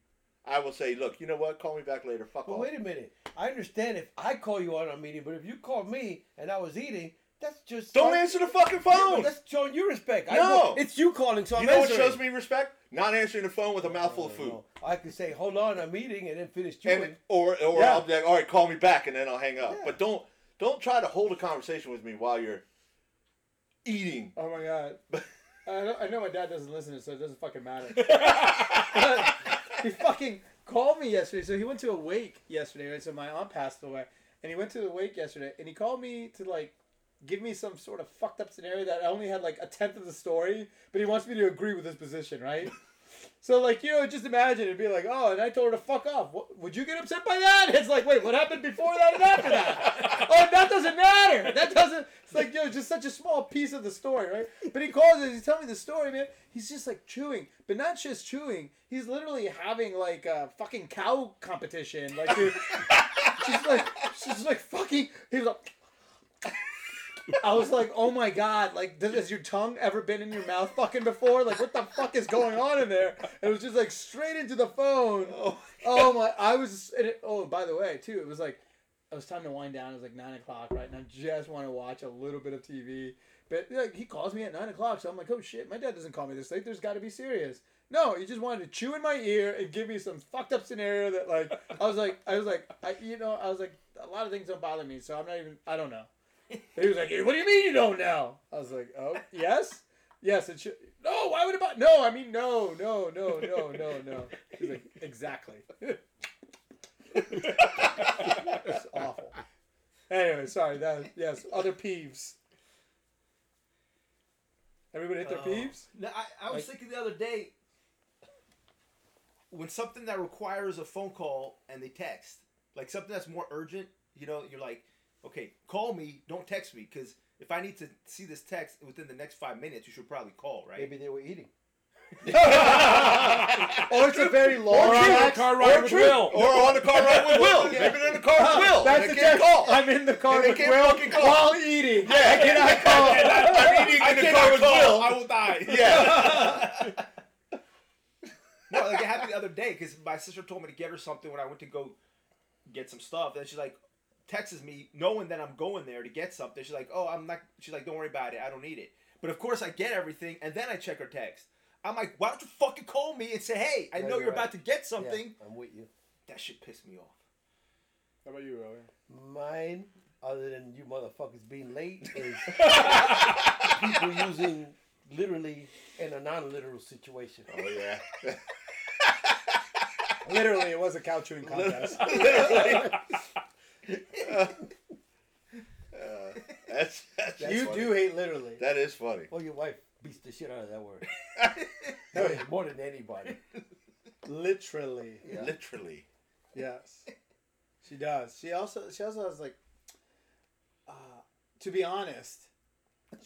[SPEAKER 3] I will say, look, you know what? Call me back later. Fuck
[SPEAKER 2] But
[SPEAKER 3] off.
[SPEAKER 2] wait a minute. I understand if I call you on a meeting, but if you call me and I was eating, that's just
[SPEAKER 3] Don't answer the fucking phone.
[SPEAKER 2] Yeah, but that's showing you respect. I
[SPEAKER 3] No.
[SPEAKER 2] know it's you calling, so I'm
[SPEAKER 3] you know what
[SPEAKER 2] answering.
[SPEAKER 3] shows me respect? Not answering the phone with a mouthful of
[SPEAKER 2] No,
[SPEAKER 3] food.
[SPEAKER 2] no. I can say, "Hold on, I'm eating," and then finish chewing.
[SPEAKER 3] And, or or
[SPEAKER 1] Yeah.
[SPEAKER 3] I'll be like, all right, call me back, and then I'll hang up.
[SPEAKER 2] Yeah.
[SPEAKER 3] But don't don't try to hold a conversation with me while you're eating.
[SPEAKER 1] Oh my god. I, know, I know my dad doesn't listen to it, so it doesn't fucking matter. he fucking called me yesterday. So he went to a wake yesterday, right? So my aunt passed away. And he went to the wake yesterday, and he called me to, like, give me some sort of fucked up scenario that I only had, like, a tenth of the story, but he wants me to agree with his position, right? So, like, you know, just imagine it'd be like, oh, and I told her to fuck off. What, would you get upset by that? It's like, wait, what happened before that and after that? oh, that doesn't matter. That doesn't. It's like, yo, just such a small piece of the story, right? But he calls it, he's telling me the story, man. He's just like chewing, but not just chewing. He's literally having like a fucking cow competition. Like, dude, she's like, she's like fucking. He was like, I was like, oh my god, like, does, has your tongue ever been in your mouth fucking before? Like, what the fuck is going on in there? And it was just like straight into the phone.
[SPEAKER 3] Oh,
[SPEAKER 1] Oh my! I was. And it, oh, by the way, too, it was like it was time to wind down. It was like nine o'clock, right? And I just want to watch a little bit of TV. But like, he calls me at nine o'clock, so I'm like, oh shit, my dad doesn't call me this late. There's got to be serious. No, he just wanted to chew in my ear and give me some fucked up scenario that like I was like I was like I you know I was like a lot of things don't bother me, so I'm not even I don't know. He was like, "Hey, what do you mean you don't know? I was like, oh yes, yes. It should. No, why would it? Bo- no, I mean no, no, no, no, no, no. He's like, exactly. It's awful. Anyway, sorry. That yes, other peeves. Everybody hit their
[SPEAKER 5] Oh.
[SPEAKER 1] peeves.
[SPEAKER 5] No, I, I was
[SPEAKER 1] Like-
[SPEAKER 5] thinking the other day when something that requires a phone call and they text, like something that's more urgent, you know, you're like, okay, call me, don't text me, because if I need to see this text within the next five minutes, you should probably call, right?
[SPEAKER 2] Maybe they were eating.
[SPEAKER 1] Or it's a very long
[SPEAKER 6] Or on a
[SPEAKER 1] text.
[SPEAKER 6] car ride
[SPEAKER 1] Or
[SPEAKER 6] with
[SPEAKER 1] true.
[SPEAKER 6] Will.
[SPEAKER 3] Or on the car ride with Will.
[SPEAKER 5] Yeah.
[SPEAKER 3] Maybe they're in the car with
[SPEAKER 1] Ah,
[SPEAKER 3] Will.
[SPEAKER 1] That's
[SPEAKER 3] and
[SPEAKER 1] the
[SPEAKER 3] they can't
[SPEAKER 1] text.
[SPEAKER 3] call.
[SPEAKER 1] I'm in the car
[SPEAKER 3] And they
[SPEAKER 1] with
[SPEAKER 3] can't fucking
[SPEAKER 1] Will
[SPEAKER 3] call.
[SPEAKER 1] while eating. Yeah. I
[SPEAKER 3] I
[SPEAKER 1] cannot call.
[SPEAKER 3] cannot- I'm eating in the car with Will.
[SPEAKER 5] I will die.
[SPEAKER 3] Yeah.
[SPEAKER 5] No, like it happened the other day because my sister told me to get her something when I went to go get some stuff, and she's like, texts me knowing that I'm going there to get something. She's like, oh, I'm not. She's like, don't worry about it. I don't need it. But of course, I get everything, and then I check her text. I'm like, why don't you fucking call me and say, hey, I
[SPEAKER 2] Yeah,
[SPEAKER 5] know
[SPEAKER 2] you're
[SPEAKER 5] you're
[SPEAKER 2] right.
[SPEAKER 5] about to get
[SPEAKER 2] Yeah,
[SPEAKER 5] something.
[SPEAKER 2] I'm with you.
[SPEAKER 5] That shit pissed me off.
[SPEAKER 4] How about you, Elliot?
[SPEAKER 2] Mine, other than you motherfuckers being late, is people using literally in a non-literal situation.
[SPEAKER 3] oh yeah.
[SPEAKER 1] Literally, it was a cow chewing contest.
[SPEAKER 3] Literally. Uh, that's, that's
[SPEAKER 1] you
[SPEAKER 3] funny.
[SPEAKER 1] do hate literally.
[SPEAKER 3] That is funny.
[SPEAKER 2] Well, your wife beats the shit out of that word
[SPEAKER 1] Oh, yeah.
[SPEAKER 2] more than anybody.
[SPEAKER 1] Literally.
[SPEAKER 3] Literally.
[SPEAKER 1] Yes. She does. She also she also has like uh to be honest.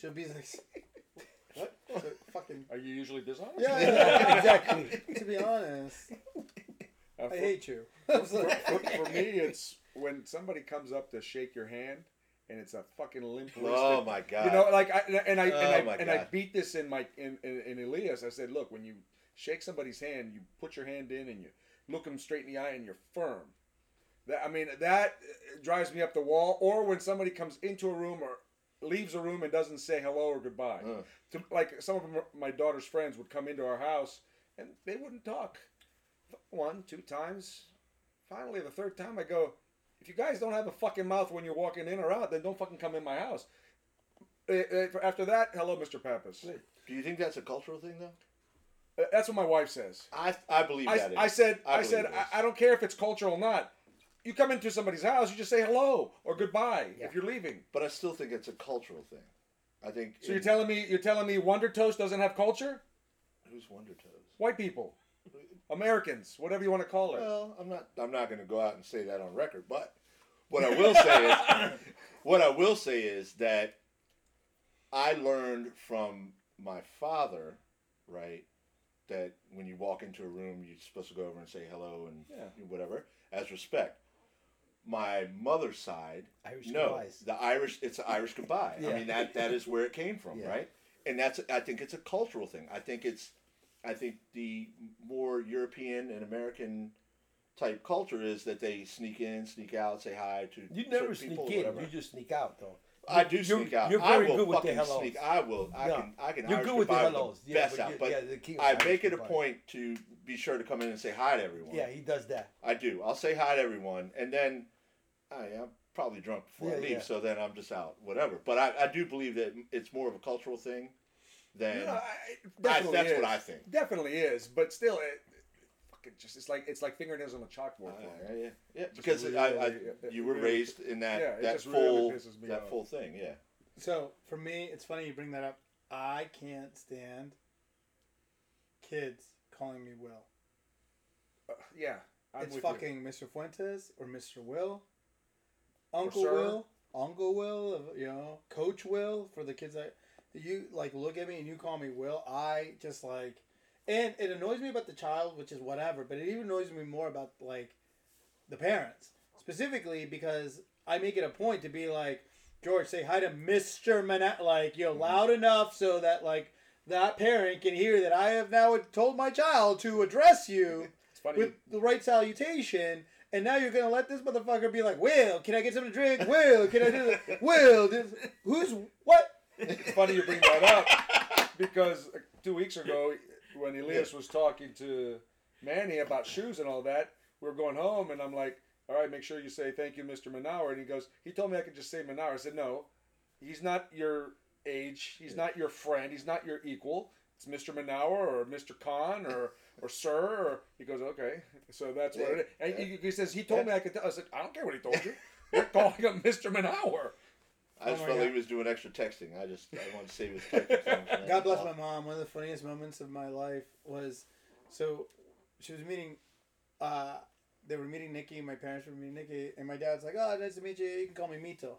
[SPEAKER 1] She'll be like What? So, fucking
[SPEAKER 4] Are you usually dishonest?
[SPEAKER 1] yeah, yeah,
[SPEAKER 2] exactly.
[SPEAKER 1] To be honest,
[SPEAKER 4] Uh,
[SPEAKER 1] I
[SPEAKER 4] for,
[SPEAKER 1] hate you. I was
[SPEAKER 4] for,
[SPEAKER 1] like-
[SPEAKER 4] for, for me, it's when somebody comes up to shake your hand, and it's a fucking limp.
[SPEAKER 3] Oh
[SPEAKER 4] wristed-
[SPEAKER 3] my god.
[SPEAKER 4] You know, like I and I and
[SPEAKER 3] Oh,
[SPEAKER 4] I
[SPEAKER 3] my
[SPEAKER 4] and I
[SPEAKER 3] God.
[SPEAKER 4] beat this in my in, in in Elias. I said, look, when you shake somebody's hand, you put your hand in and you look them straight in the eye and you're firm. That I mean, that uh, drives me up the wall. Or when somebody comes into a room or leaves a room and doesn't say hello or goodbye.
[SPEAKER 3] Ugh.
[SPEAKER 4] To, like some of m- my daughter's friends would come into our house and they wouldn't talk. One, two times. Finally, the third time, I go. If you guys don't have a fucking mouth when you're walking in or out, then don't fucking come in my house. Uh, uh, After that, hello, Mr. Pappas.
[SPEAKER 3] do you think that's a cultural thing though?
[SPEAKER 4] Uh, That's what my wife says.
[SPEAKER 3] I I believe that
[SPEAKER 4] I,
[SPEAKER 3] is.
[SPEAKER 4] I said,
[SPEAKER 3] I
[SPEAKER 4] I,
[SPEAKER 3] believe
[SPEAKER 4] said,
[SPEAKER 3] it is.
[SPEAKER 4] I, I don't care if it's cultural or not. You come into somebody's house, you just say hello or goodbye
[SPEAKER 2] Yeah.
[SPEAKER 4] if you're leaving.
[SPEAKER 3] but I still think it's a cultural thing. I think.
[SPEAKER 4] So you're
[SPEAKER 3] in-
[SPEAKER 4] telling me you're telling me Wonder Toast doesn't have culture?
[SPEAKER 3] who's Wonder Toes?
[SPEAKER 4] White people, Americans, whatever you want to call it.
[SPEAKER 3] Well, I'm not. I'm not going to go out and say that on record. But what I will say is, what I will say is that I learned from my father, right, that when you walk into a room, you're supposed to go over and say hello and
[SPEAKER 4] Yeah.
[SPEAKER 3] whatever as respect. My mother's side,
[SPEAKER 2] Irish
[SPEAKER 3] no,
[SPEAKER 2] guys.
[SPEAKER 3] the Irish. It's the Irish goodbye. I
[SPEAKER 2] Yeah.
[SPEAKER 3] mean that that is where it came from,
[SPEAKER 2] Yeah.
[SPEAKER 3] right? And that's I think it's a cultural thing. I think it's I think the more European and American type culture is that they sneak in, sneak out, say hi to
[SPEAKER 2] You never
[SPEAKER 3] certain
[SPEAKER 2] sneak
[SPEAKER 3] people,
[SPEAKER 2] in.
[SPEAKER 3] whatever.
[SPEAKER 2] You just sneak out, though.
[SPEAKER 3] I do
[SPEAKER 2] you're-
[SPEAKER 3] sneak out.
[SPEAKER 2] you're
[SPEAKER 3] I
[SPEAKER 2] very
[SPEAKER 3] will
[SPEAKER 2] good with the
[SPEAKER 3] fucking
[SPEAKER 2] hellos.
[SPEAKER 3] sneak. I will. I
[SPEAKER 2] Yeah.
[SPEAKER 3] can. I can.
[SPEAKER 2] You're
[SPEAKER 3] Irish
[SPEAKER 2] good with the
[SPEAKER 3] goodbye
[SPEAKER 2] hellos.
[SPEAKER 3] The
[SPEAKER 2] Yeah,
[SPEAKER 3] best
[SPEAKER 2] but
[SPEAKER 3] out,
[SPEAKER 2] you-
[SPEAKER 3] but
[SPEAKER 2] yeah, the king of
[SPEAKER 3] I
[SPEAKER 2] Irish
[SPEAKER 3] make it a
[SPEAKER 2] goodbye.
[SPEAKER 3] point to be sure to come in and say hi to everyone.
[SPEAKER 2] Yeah, he does that.
[SPEAKER 3] I do. I'll say hi to everyone, and then I, I'm probably drunk before I
[SPEAKER 2] Yeah,
[SPEAKER 3] leave,
[SPEAKER 2] yeah.
[SPEAKER 3] so then I'm just out, whatever. But I, I do believe that it's more of a cultural thing than
[SPEAKER 4] You know, I, it definitely
[SPEAKER 3] that's
[SPEAKER 4] is.
[SPEAKER 3] what I think.
[SPEAKER 4] Definitely is, but still, it, it fucking just it's like it's like fingernails on a chalkboard.
[SPEAKER 3] Uh,
[SPEAKER 4] for me.
[SPEAKER 3] yeah, yeah, because
[SPEAKER 4] really,
[SPEAKER 3] I, I,
[SPEAKER 4] really, it-
[SPEAKER 3] you
[SPEAKER 4] it
[SPEAKER 3] were
[SPEAKER 4] really-
[SPEAKER 3] raised in that
[SPEAKER 4] yeah, it
[SPEAKER 3] that
[SPEAKER 4] just really
[SPEAKER 3] full
[SPEAKER 4] pisses me
[SPEAKER 3] that
[SPEAKER 4] off.
[SPEAKER 3] full thing, yeah.
[SPEAKER 1] so for me, it's funny you bring that up. I can't stand kids calling me Will.
[SPEAKER 4] Uh, yeah, I'm
[SPEAKER 1] it's
[SPEAKER 4] with
[SPEAKER 1] fucking Mr. Fuentes or Mr. Will, Uncle
[SPEAKER 4] sir.
[SPEAKER 1] Will, Uncle Will, of- you know, Coach Will for the kids that you like look at me and you call me Will. I just like, and it annoys me about the child, which is whatever, but it even annoys me more about like the parents specifically because I make it a point to be like, George, say hi to Mr. Manat, like, you know,
[SPEAKER 4] Mm-hmm.
[SPEAKER 1] loud enough so that like that parent can hear that I have now told my child to address you
[SPEAKER 4] you. It's funny.
[SPEAKER 1] with the right salutation, and now you're gonna let this motherfucker be like, "Will, can I get something to drink? Will, can I do this? Will, this, who's what?
[SPEAKER 4] It's funny you bring that up because uh, two weeks ago, when Elias was talking to Manny about shoes and all that, we were going home, and I'm like, "All right, make sure you say thank you, Mr. Manauer." And he goes, "He told me I could just say Manauer." I said, "No, he's not your age. He's not your friend. He's not your equal. It's Mr. Manauer or Mr. Khan or." Or sir, or he goes okay. So that's what it is. And he, he says he told me I could. Tell. I said I don't care what Oh he told you. You're calling him Mr. Manauer.
[SPEAKER 3] I just
[SPEAKER 1] my
[SPEAKER 3] felt like
[SPEAKER 1] God.
[SPEAKER 3] he was doing extra texting. I just I wanted to save his texting time. for that.
[SPEAKER 1] God bless my mom. One of the funniest moments of my life was, so, she was meeting, uh, they were meeting Nikki. My parents were meeting Nikki, and my dad's like, "Oh, nice to meet you. You can call me Mito."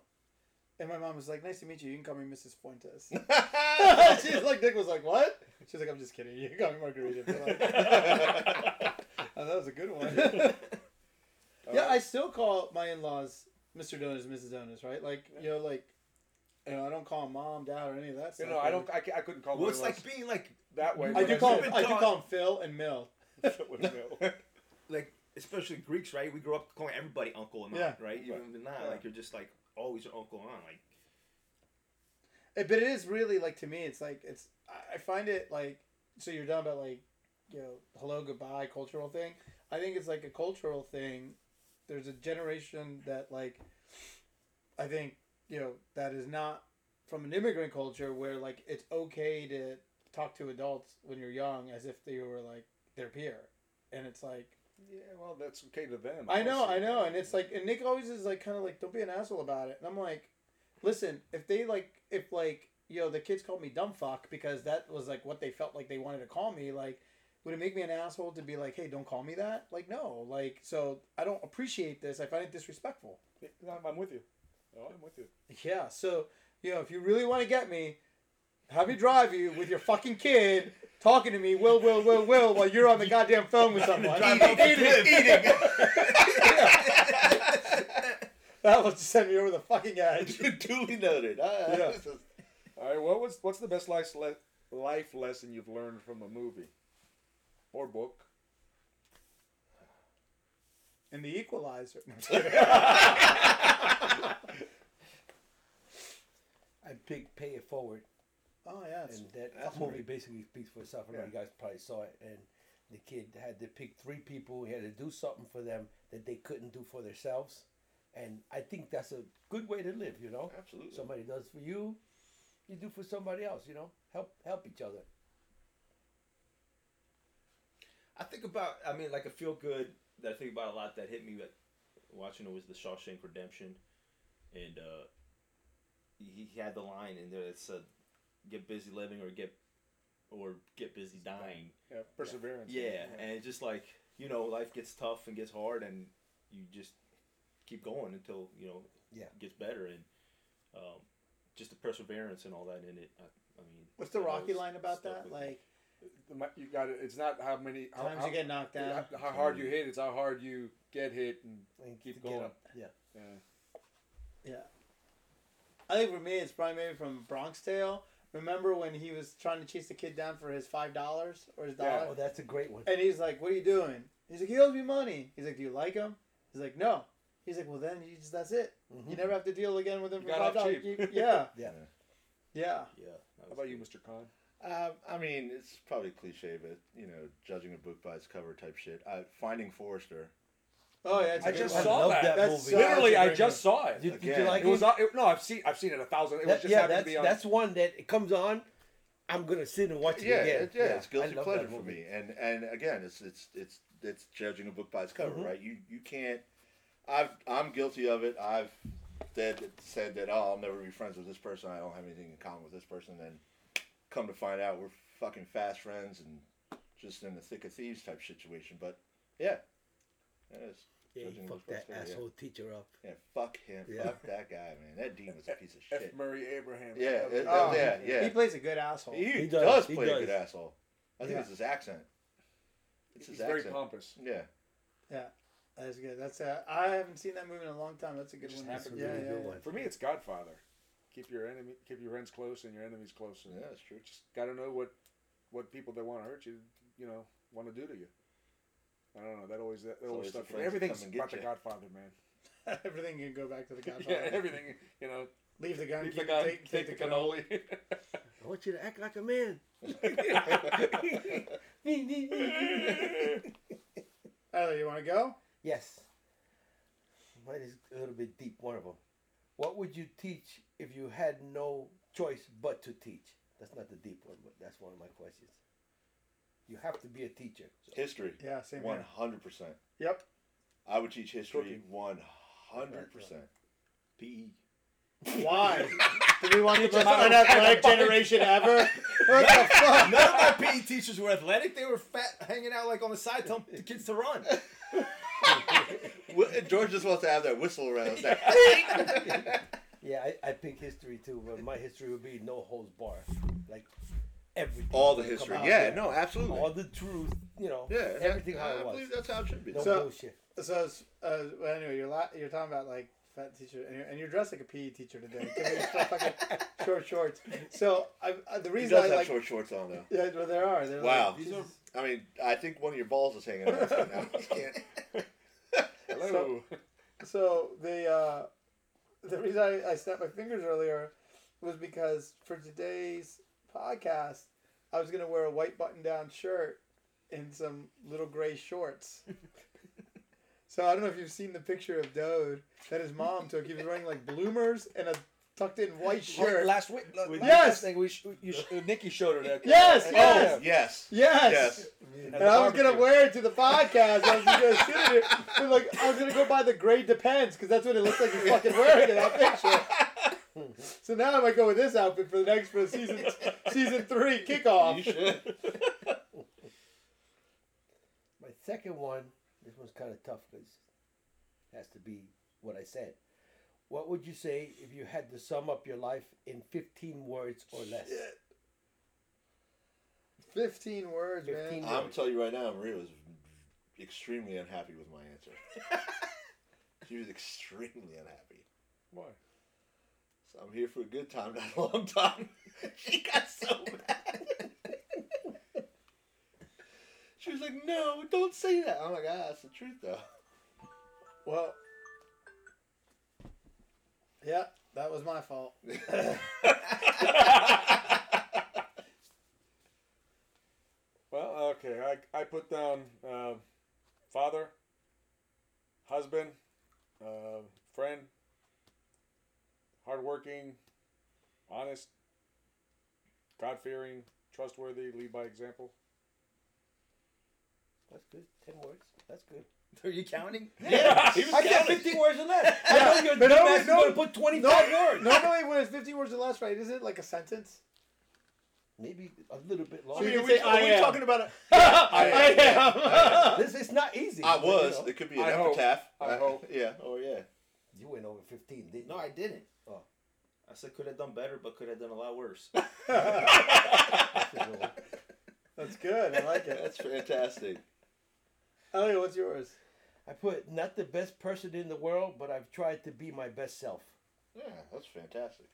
[SPEAKER 1] And my mom was like, "Nice to meet you. You can call me Mrs. Fuentes." She's like, Nick was like, "What?" She's like, "I'm just kidding. You can call me Margarita." They're like, oh, that was a good one. yeah,
[SPEAKER 4] Uh,
[SPEAKER 1] I still call my in-laws Mr. Donuts, Mrs. Donuts, right? Like, you know, like, you know, I don't call 'em mom, dad, or any of that
[SPEAKER 4] You
[SPEAKER 1] stuff.
[SPEAKER 4] know, I don't. I, ca- I couldn't call.
[SPEAKER 5] Well,
[SPEAKER 4] my
[SPEAKER 5] it's
[SPEAKER 4] in-laws
[SPEAKER 5] like being like
[SPEAKER 4] that way.
[SPEAKER 1] I
[SPEAKER 4] but
[SPEAKER 1] do
[SPEAKER 4] I'm
[SPEAKER 1] call
[SPEAKER 4] saying-
[SPEAKER 1] him, I do call him Phil and Mill.
[SPEAKER 4] With Mill.
[SPEAKER 5] like especially Greeks, right? We grew up calling everybody uncle and
[SPEAKER 1] Yeah.
[SPEAKER 5] aunt, right? Even now,
[SPEAKER 4] Yeah.
[SPEAKER 5] like you're just like always your uncle and aunt. Like
[SPEAKER 1] Eh, But it is really like to me, it's like it's. I- I find it like so you're done about like, you know, hello goodbye cultural thing. I think it's like a cultural thing. There's a generation that like, I think you know that is not from an immigrant culture where like it's okay to talk to adults when you're young as if they were like their peer, and it's like
[SPEAKER 4] yeah, well, that's okay to them.
[SPEAKER 1] I know,
[SPEAKER 4] also.
[SPEAKER 1] I know, and it's like, and Nick always is like, kind of like, don't be an asshole about it. And I'm like, listen, if they like, if like, you know, the kids called me dumb fuck because that was like what they felt like they wanted to call me. Like, would it make me an asshole to be like, hey, don't call me that? Like, no, like, so I don't appreciate this. I find it disrespectful.
[SPEAKER 4] No, I'm- I'm with you. No, I'm with you.
[SPEAKER 1] Yeah, so you know, if you really want to get me, have me drive you with your fucking kid talking to me, will, will, will, will, while you're on the goddamn phone with someone.
[SPEAKER 5] eating.
[SPEAKER 1] That will send me over the fucking edge.
[SPEAKER 3] Duly noted. Ah,
[SPEAKER 1] Yeah.
[SPEAKER 3] this is-
[SPEAKER 4] All right. What was what's the best life le- life lesson you've learned from a movie or book?
[SPEAKER 1] And the equalizer.
[SPEAKER 2] I picked Pay It Forward,
[SPEAKER 1] oh yeah. it's-
[SPEAKER 2] and that
[SPEAKER 3] that's
[SPEAKER 2] movie
[SPEAKER 3] great.
[SPEAKER 2] basically speaks for itself. I know
[SPEAKER 4] Yeah.
[SPEAKER 2] you guys probably saw it, and the kid had to pick three people. He had to do something for them that they couldn't do for themselves, and I think that's a good way to live. You know,
[SPEAKER 3] Absolutely.
[SPEAKER 2] somebody does for you, you do for somebody else. You know, help help each other.
[SPEAKER 5] I think about. I mean, like a feel good that I think about a lot that hit me like, watching it was The Shawshank Redemption, and uh, he he had the line in there that said, "Get busy living or get or get busy dying."
[SPEAKER 4] Yeah, perseverance.
[SPEAKER 5] Yeah, and it's just like you know, life gets tough and gets hard, and you just keep going until you know,
[SPEAKER 2] Yeah.
[SPEAKER 5] it gets better, and um, just the perseverance and all that in it. I, I mean,
[SPEAKER 1] What's the
[SPEAKER 5] that
[SPEAKER 1] Rocky
[SPEAKER 5] always
[SPEAKER 1] line about
[SPEAKER 5] stuck
[SPEAKER 1] that?
[SPEAKER 5] with-
[SPEAKER 1] Like
[SPEAKER 4] The mi- you got it. It's not how many how,
[SPEAKER 1] times
[SPEAKER 4] how,
[SPEAKER 1] you get knocked down.
[SPEAKER 4] how- how hard you hit. It's how hard you get hit and
[SPEAKER 2] And
[SPEAKER 4] Keep
[SPEAKER 2] to get
[SPEAKER 4] going.
[SPEAKER 2] up. Yeah.
[SPEAKER 4] yeah.
[SPEAKER 1] Yeah. I think for me, it's probably maybe from Bronx Tale. Remember when he was trying to chase the kid down for his five dollars or his
[SPEAKER 4] Yeah.
[SPEAKER 1] dollar,
[SPEAKER 2] Oh, that's a great one.
[SPEAKER 1] and he's like, "What are you doing?" He's like, "He owes me money." He's like, "Do you like him?" He's like, "No." He's like, "Well, then you just that's it. You
[SPEAKER 2] Mhm.
[SPEAKER 1] never have to deal again with him
[SPEAKER 4] You
[SPEAKER 1] for
[SPEAKER 4] got
[SPEAKER 1] five
[SPEAKER 4] off
[SPEAKER 1] dollars."
[SPEAKER 4] cheap.
[SPEAKER 1] You- Yeah,
[SPEAKER 2] Yeah.
[SPEAKER 1] yeah.
[SPEAKER 5] Yeah. that
[SPEAKER 4] How
[SPEAKER 5] was
[SPEAKER 4] about you,
[SPEAKER 5] good.
[SPEAKER 4] Mr. Khan?
[SPEAKER 3] Uh, I mean, it's probably cliche, but you know, judging a book by its cover type shit. Uh, Finding Forrester.
[SPEAKER 1] Oh yeah, it's
[SPEAKER 4] I
[SPEAKER 1] a good
[SPEAKER 4] just
[SPEAKER 1] one.
[SPEAKER 4] saw
[SPEAKER 2] love
[SPEAKER 4] that.
[SPEAKER 1] That's
[SPEAKER 2] movie.
[SPEAKER 1] Yeah, so-
[SPEAKER 4] Literally,
[SPEAKER 1] it's a
[SPEAKER 4] I
[SPEAKER 1] great
[SPEAKER 4] just saw it.
[SPEAKER 2] Did, did you
[SPEAKER 3] Again.
[SPEAKER 2] like
[SPEAKER 4] it was
[SPEAKER 2] it?
[SPEAKER 4] on, it, no, I've seen I've seen it a thousand. It was
[SPEAKER 2] That-
[SPEAKER 4] just
[SPEAKER 2] yeah,
[SPEAKER 4] happened to
[SPEAKER 2] that's,
[SPEAKER 4] be on.
[SPEAKER 2] that's one that it comes on. I'm gonna sit and watch it
[SPEAKER 3] Yeah,
[SPEAKER 2] again.
[SPEAKER 3] it- yeah, it's
[SPEAKER 2] I
[SPEAKER 3] guilty
[SPEAKER 2] love that
[SPEAKER 3] pleasure for
[SPEAKER 2] movie.
[SPEAKER 3] me. And and again, it's it's it's it's judging a book by its cover,
[SPEAKER 2] Mhm.
[SPEAKER 3] right? You you can't. I've I'm guilty of it. I've said said that oh, I'll never be friends with this person. I don't have anything in common with this person. Then come to find out, we're fucking fast friends and just in the thick of thieves type situation. But yeah, yeah, it's
[SPEAKER 2] Yeah,
[SPEAKER 3] judging
[SPEAKER 2] he
[SPEAKER 3] a book
[SPEAKER 2] fucked
[SPEAKER 3] by
[SPEAKER 2] that
[SPEAKER 3] its cover, yeah.
[SPEAKER 2] asshole teacher up.
[SPEAKER 3] Yeah, fuck him.
[SPEAKER 2] Yeah.
[SPEAKER 3] Fuck that guy, man. That dean was a piece of
[SPEAKER 4] F.
[SPEAKER 3] shit.
[SPEAKER 4] Murray Abraham.
[SPEAKER 3] Yeah,
[SPEAKER 4] That was-
[SPEAKER 3] it-
[SPEAKER 1] Oh,
[SPEAKER 3] yeah, yeah.
[SPEAKER 1] He plays a good asshole.
[SPEAKER 3] He,
[SPEAKER 2] He does,
[SPEAKER 3] does,
[SPEAKER 2] he
[SPEAKER 3] play a good
[SPEAKER 2] does.
[SPEAKER 3] asshole. I think
[SPEAKER 1] Yeah.
[SPEAKER 3] it's his accent. It's
[SPEAKER 4] He's
[SPEAKER 3] his
[SPEAKER 4] very
[SPEAKER 3] accent.
[SPEAKER 4] pompous.
[SPEAKER 3] Yeah.
[SPEAKER 1] That's good. That's a, I haven't seen that movie in a long time. That's a good
[SPEAKER 4] just
[SPEAKER 1] one.
[SPEAKER 4] happened
[SPEAKER 2] to
[SPEAKER 1] yeah,
[SPEAKER 2] be a
[SPEAKER 1] yeah,
[SPEAKER 2] good
[SPEAKER 1] yeah.
[SPEAKER 2] one.
[SPEAKER 4] For me, it's Godfather. Keep your enemy, keep your friends close and your enemies close. And
[SPEAKER 3] Yeah, that's true.
[SPEAKER 4] Just gotta know what, what people that want to hurt you, you know, want to do to you. I don't know. That always that, that
[SPEAKER 3] always
[SPEAKER 4] always
[SPEAKER 3] the
[SPEAKER 4] stuck. with me.
[SPEAKER 3] friends that
[SPEAKER 4] Everything's
[SPEAKER 3] come and get
[SPEAKER 4] about the
[SPEAKER 3] you.
[SPEAKER 4] Godfather, man.
[SPEAKER 1] Everything can go back to the Godfather.
[SPEAKER 4] yeah, everything. You know,
[SPEAKER 1] Leave the gun.
[SPEAKER 6] Leave the
[SPEAKER 1] keep-
[SPEAKER 6] gun,
[SPEAKER 1] Take, take the canola.
[SPEAKER 6] cannoli.
[SPEAKER 2] I want you to act like a man.
[SPEAKER 1] Oh, you want to go?
[SPEAKER 2] yes. Mine is a little bit deep, one of them. What would you teach if you had no choice but to teach? That's not the deep one, but that's one of my questions. You have to be a teacher.
[SPEAKER 3] History.
[SPEAKER 1] Yeah, same
[SPEAKER 3] One
[SPEAKER 1] here.
[SPEAKER 3] hundred percent.
[SPEAKER 1] Yep.
[SPEAKER 3] I would teach history one hundred percent.
[SPEAKER 5] PE.
[SPEAKER 2] E.
[SPEAKER 1] Why? Do we want the most
[SPEAKER 6] out of
[SPEAKER 1] unathletic generation ever? What the fuck?
[SPEAKER 5] None of my PE teachers were athletic. They were fat, hanging out like on the side, telling the kids to run.
[SPEAKER 3] Wh- George just wants to have that whistle around his neck.
[SPEAKER 2] Yeah, I, I pick history too, but my history would be no holds bar, like everything.
[SPEAKER 3] All the
[SPEAKER 2] would come
[SPEAKER 3] history.
[SPEAKER 2] out.
[SPEAKER 3] Yeah, no, absolutely.
[SPEAKER 2] All the truth, you know.
[SPEAKER 3] yeah, that-
[SPEAKER 2] everything how
[SPEAKER 3] I
[SPEAKER 2] it was.
[SPEAKER 3] believe that's how it should be.
[SPEAKER 2] No
[SPEAKER 1] So-
[SPEAKER 2] bullshit.
[SPEAKER 1] So, it's, uh, well, anyway, you're la- you're talking about like fat teacher, and you're, and you're dressed like a PE teacher today. Give me your fucking short shorts. So I, I, the
[SPEAKER 3] he
[SPEAKER 1] reason I
[SPEAKER 3] does have
[SPEAKER 1] like,
[SPEAKER 3] short shorts on though.
[SPEAKER 1] yeah, well, there are. They're
[SPEAKER 3] Wow.
[SPEAKER 1] Like,
[SPEAKER 5] These are-
[SPEAKER 3] I mean, I think one of your balls is hanging out. right now. I can't.
[SPEAKER 4] Hello.
[SPEAKER 1] so the uh, the reason I, I snapped my fingers earlier was because for today's podcast, I was gonna wear a white button-down shirt and some little gray shorts. so I don't know if you've seen the picture of Dode that his mom took. He was wearing like bloomers and a tucked-in white shirt.
[SPEAKER 2] Last week, la-
[SPEAKER 1] With-
[SPEAKER 2] last
[SPEAKER 1] Yes!
[SPEAKER 2] thing we sh- you sh- Nikki showed her that.
[SPEAKER 1] Yes,
[SPEAKER 2] And-
[SPEAKER 1] yes!
[SPEAKER 2] Oh, yeah.
[SPEAKER 3] Oh, Yes.
[SPEAKER 1] Yes.
[SPEAKER 3] Yes.
[SPEAKER 2] And
[SPEAKER 1] And I was
[SPEAKER 2] barbecue.
[SPEAKER 1] gonna wear it to the podcast. I was just gonna sit in it. But like, I was gonna go buy the gray depends because that's what it looks like he's fucking wearing in that picture. So now I might go with this outfit for the next for season season three
[SPEAKER 6] You
[SPEAKER 1] kickoff.
[SPEAKER 6] should.
[SPEAKER 2] My second one, this one's kind of tough because it has to be what I said. What would you say if you had to sum up your life in 15 words or less?
[SPEAKER 1] Fifteen words, man.
[SPEAKER 2] 15.
[SPEAKER 3] I'm telling you right now, Maria was extremely unhappy with my answer. she was extremely unhappy.
[SPEAKER 4] Why?
[SPEAKER 3] So I'm here for a good time, not a long time. she got so mad. she was like, "No, don't say that." I'm like, "Ah, it's the truth, though."
[SPEAKER 1] Well, yeah, that was my fault.
[SPEAKER 4] Well, okay. I, I put down uh, father, husband, uh, friend, hardworking, honest, God fearing, trustworthy, lead by example.
[SPEAKER 2] That's good. 10 words. That's good.
[SPEAKER 5] Are you counting?
[SPEAKER 2] I got 15 words or less. I know you're
[SPEAKER 1] but no,
[SPEAKER 2] dumbass
[SPEAKER 1] no,
[SPEAKER 2] going to put 25 words.
[SPEAKER 1] Normally, when it's fifteen words or less, right? Isn't it like a sentence?
[SPEAKER 2] Maybe a little bit
[SPEAKER 1] So
[SPEAKER 2] longer.
[SPEAKER 1] you- can say, "I am."
[SPEAKER 3] talking about it?
[SPEAKER 1] I am.
[SPEAKER 2] This is not easy.
[SPEAKER 3] I
[SPEAKER 2] but,
[SPEAKER 3] was.
[SPEAKER 2] You, know,
[SPEAKER 3] It could be an
[SPEAKER 4] I hope.
[SPEAKER 3] epitaph.
[SPEAKER 4] I hope.
[SPEAKER 3] Yeah. Oh yeah.
[SPEAKER 2] you went over 15, didn't
[SPEAKER 5] No,
[SPEAKER 2] you?
[SPEAKER 5] I didn't.
[SPEAKER 2] Oh.
[SPEAKER 5] I said could have done better, but could have done a lot worse.
[SPEAKER 1] That's good. I like it.
[SPEAKER 3] That's fantastic.
[SPEAKER 1] Elliot, what's yours?
[SPEAKER 2] I put not the best person in the world, but I've tried to be my best self.
[SPEAKER 3] Yeah, that's fantastic.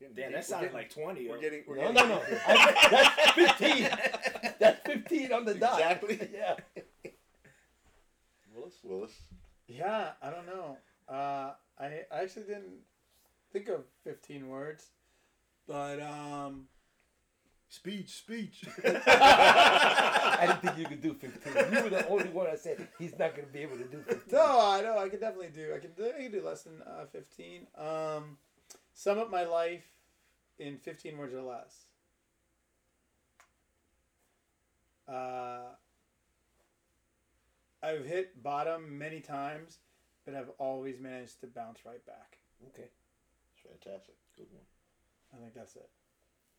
[SPEAKER 4] We're
[SPEAKER 5] Damn,
[SPEAKER 4] getting-
[SPEAKER 5] that sounded
[SPEAKER 4] we're
[SPEAKER 5] like twenty.
[SPEAKER 4] getting-
[SPEAKER 5] of
[SPEAKER 4] We're getting. We're
[SPEAKER 2] No,
[SPEAKER 4] getting
[SPEAKER 2] no, no. I- that's 15. That's 15 on the dot.
[SPEAKER 3] Exactly.
[SPEAKER 2] Yeah.
[SPEAKER 4] Willis?
[SPEAKER 3] Willis.
[SPEAKER 1] Yeah, I don't know. Uh, I I actually didn't think of fifteen words, but um,
[SPEAKER 4] Speech, speech.
[SPEAKER 2] I didn't think you could do 15. You were the only one I said he's not going to be able to do 15.
[SPEAKER 1] no, I know I can definitely do. I can do, I can do less than uh, fifteen. Um, sum up my life in fifteen words or less. Uh, I've hit bottom many times, but I've always managed to bounce right back.
[SPEAKER 2] Okay.
[SPEAKER 3] It's fantastic.
[SPEAKER 5] Good one.
[SPEAKER 1] I think that's it.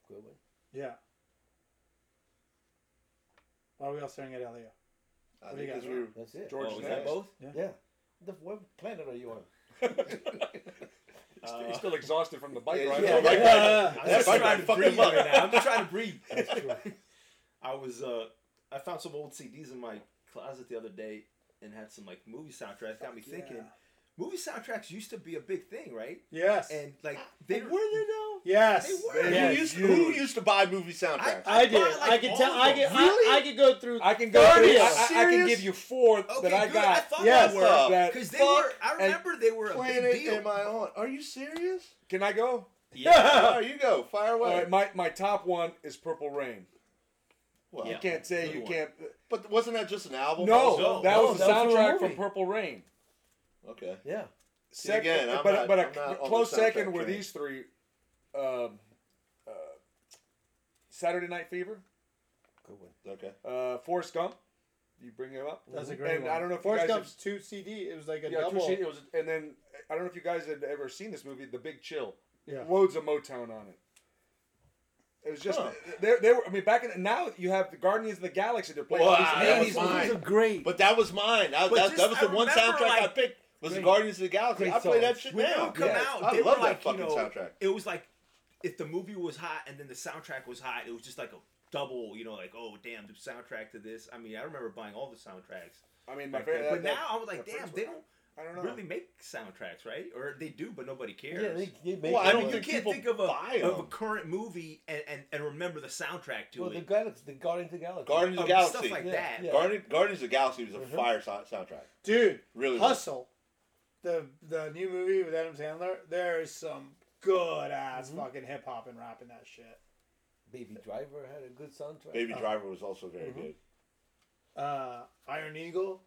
[SPEAKER 2] Good one.
[SPEAKER 1] Yeah. Why are we all staring at Elio?
[SPEAKER 3] I
[SPEAKER 1] What do
[SPEAKER 3] think
[SPEAKER 1] you got,
[SPEAKER 3] because we were
[SPEAKER 2] That's it.
[SPEAKER 4] George
[SPEAKER 5] Oh,
[SPEAKER 4] is
[SPEAKER 5] is that
[SPEAKER 4] next.
[SPEAKER 5] both?
[SPEAKER 2] Yeah. The, what planet are you on?
[SPEAKER 4] He's
[SPEAKER 5] Uh,
[SPEAKER 4] still- he's still exhausted from the bike
[SPEAKER 3] Yeah,
[SPEAKER 4] ride.
[SPEAKER 3] yeah, yeah.
[SPEAKER 5] I'm
[SPEAKER 3] That's
[SPEAKER 5] just
[SPEAKER 3] fine.
[SPEAKER 5] trying to
[SPEAKER 3] Fuck
[SPEAKER 5] breathe
[SPEAKER 3] him up.
[SPEAKER 5] right now. I'm just trying to breathe.
[SPEAKER 2] That's true.
[SPEAKER 5] I was uh, I found some old CDs in my closet the other day and had some like movie soundtracks. Got me thinking. movie soundtracks used to be a big thing, right?
[SPEAKER 1] Yes.
[SPEAKER 5] And like they were
[SPEAKER 2] they though?
[SPEAKER 1] yes.
[SPEAKER 5] they were.
[SPEAKER 1] Yeah.
[SPEAKER 3] who, used, who used to buy movie soundtracks?
[SPEAKER 5] I-
[SPEAKER 1] I did.
[SPEAKER 5] Like
[SPEAKER 1] I could
[SPEAKER 5] all
[SPEAKER 1] tell.
[SPEAKER 5] of
[SPEAKER 1] I
[SPEAKER 5] them.
[SPEAKER 1] could.
[SPEAKER 3] Really?
[SPEAKER 1] I, I could go through.
[SPEAKER 4] I can go.
[SPEAKER 1] Are
[SPEAKER 4] Through,
[SPEAKER 1] you
[SPEAKER 4] I, I, I can
[SPEAKER 3] serious?
[SPEAKER 4] give you four
[SPEAKER 5] Okay,
[SPEAKER 4] that I
[SPEAKER 5] good. I
[SPEAKER 4] got. uh,
[SPEAKER 5] thought
[SPEAKER 1] Yes.
[SPEAKER 5] they were
[SPEAKER 4] that-
[SPEAKER 5] because they
[SPEAKER 3] Fuck
[SPEAKER 5] were. I
[SPEAKER 4] and
[SPEAKER 5] remember they were a big
[SPEAKER 3] Planet
[SPEAKER 5] deal.
[SPEAKER 3] Am I On? Are you serious?
[SPEAKER 4] can I go?
[SPEAKER 3] oh, you go. Fire away.
[SPEAKER 4] All right, my my top one is Purple Rain.
[SPEAKER 3] well,
[SPEAKER 4] You
[SPEAKER 5] Yeah.
[SPEAKER 4] can't say
[SPEAKER 5] Good
[SPEAKER 4] you
[SPEAKER 5] one.
[SPEAKER 4] can't.
[SPEAKER 3] But wasn't that just an album?
[SPEAKER 4] No,
[SPEAKER 3] also?
[SPEAKER 4] that
[SPEAKER 2] no,
[SPEAKER 4] was the
[SPEAKER 2] that was from a
[SPEAKER 4] soundtrack
[SPEAKER 2] movie.
[SPEAKER 4] from Purple Rain.
[SPEAKER 3] Okay.
[SPEAKER 2] Yeah.
[SPEAKER 3] See, again, I'm
[SPEAKER 4] but
[SPEAKER 3] not-
[SPEAKER 4] but
[SPEAKER 3] I'm
[SPEAKER 4] a
[SPEAKER 3] not on the
[SPEAKER 4] close
[SPEAKER 3] soundtrack
[SPEAKER 4] second were
[SPEAKER 3] train.
[SPEAKER 4] these three. Um, uh, Saturday Night Fever,
[SPEAKER 2] Good one.
[SPEAKER 3] Okay.
[SPEAKER 4] uh, Forrest Gump. You bring him up.
[SPEAKER 1] That's a great
[SPEAKER 4] And
[SPEAKER 1] one.
[SPEAKER 4] I don't know if
[SPEAKER 1] Forrest
[SPEAKER 4] you guys
[SPEAKER 1] Gump's two CD. It was like a
[SPEAKER 4] have, yeah,
[SPEAKER 1] double.
[SPEAKER 4] Tushi, it was, and then I don't know if you guys had ever seen this movie, The Big Chill.
[SPEAKER 1] Yeah.
[SPEAKER 4] Loads of Motown on it. It was just
[SPEAKER 3] Huh.
[SPEAKER 4] they, they were. I mean, back in now you have the Guardians of the Galaxy. They're playing
[SPEAKER 3] Wow,
[SPEAKER 4] all these
[SPEAKER 3] that was
[SPEAKER 4] 80s
[SPEAKER 2] These movies
[SPEAKER 3] mine.
[SPEAKER 2] are great.
[SPEAKER 3] But that was mine. I,
[SPEAKER 5] But
[SPEAKER 3] that,
[SPEAKER 5] just-
[SPEAKER 3] that was the
[SPEAKER 5] I
[SPEAKER 3] one
[SPEAKER 5] remember,
[SPEAKER 3] soundtrack I
[SPEAKER 5] like,
[SPEAKER 3] picked. Was
[SPEAKER 2] great-
[SPEAKER 3] the Guardians of the Galaxy?
[SPEAKER 2] great
[SPEAKER 3] I play that
[SPEAKER 2] songs.
[SPEAKER 3] shit
[SPEAKER 5] when they
[SPEAKER 3] now.
[SPEAKER 5] would come
[SPEAKER 4] Yeah.
[SPEAKER 5] out,
[SPEAKER 3] I
[SPEAKER 5] they
[SPEAKER 3] love
[SPEAKER 5] were
[SPEAKER 3] that
[SPEAKER 5] like,
[SPEAKER 3] fucking
[SPEAKER 5] you know,
[SPEAKER 3] soundtrack.
[SPEAKER 5] It was like if the movie was hot and then the soundtrack was hot, it was just like a double, you know, like oh damn, the soundtrack to this. I mean, I remember buying all the soundtracks.
[SPEAKER 4] I mean, my
[SPEAKER 5] But
[SPEAKER 4] favorite. that-
[SPEAKER 5] now I was like,
[SPEAKER 4] that
[SPEAKER 5] damn,
[SPEAKER 4] first
[SPEAKER 5] they
[SPEAKER 4] one,
[SPEAKER 5] don't
[SPEAKER 4] I don't know.
[SPEAKER 5] really make soundtracks, right? Or they do, but nobody cares.
[SPEAKER 2] yeah, they, they make
[SPEAKER 3] Well, I
[SPEAKER 2] it
[SPEAKER 3] don't
[SPEAKER 2] work.
[SPEAKER 5] you
[SPEAKER 3] think
[SPEAKER 5] can't
[SPEAKER 3] people
[SPEAKER 5] think of a,
[SPEAKER 3] buy
[SPEAKER 5] of a
[SPEAKER 3] them.
[SPEAKER 5] current movie and, and, and remember the soundtrack to
[SPEAKER 2] Well, the
[SPEAKER 5] it.
[SPEAKER 2] Galaxy, the Guardians of the Galaxy.
[SPEAKER 3] Guardians of the
[SPEAKER 5] Of
[SPEAKER 3] Galaxy.
[SPEAKER 5] stuff like
[SPEAKER 2] Yeah,
[SPEAKER 5] that.
[SPEAKER 2] yeah.
[SPEAKER 3] Guardian, Guardians of the Galaxy was a
[SPEAKER 2] Mhm.
[SPEAKER 3] fire so- soundtrack.
[SPEAKER 1] Dude,
[SPEAKER 3] Really. was.
[SPEAKER 1] Hustle, the the new movie with Adam Sandler. There is some good ass
[SPEAKER 2] Mhm.
[SPEAKER 1] fucking hip hop and rap in that shit.
[SPEAKER 2] Baby Driver had a good soundtrack.
[SPEAKER 3] Baby
[SPEAKER 1] Oh.
[SPEAKER 3] Driver was also very
[SPEAKER 2] Mhm.
[SPEAKER 3] good.
[SPEAKER 1] Uh, Iron Eagle.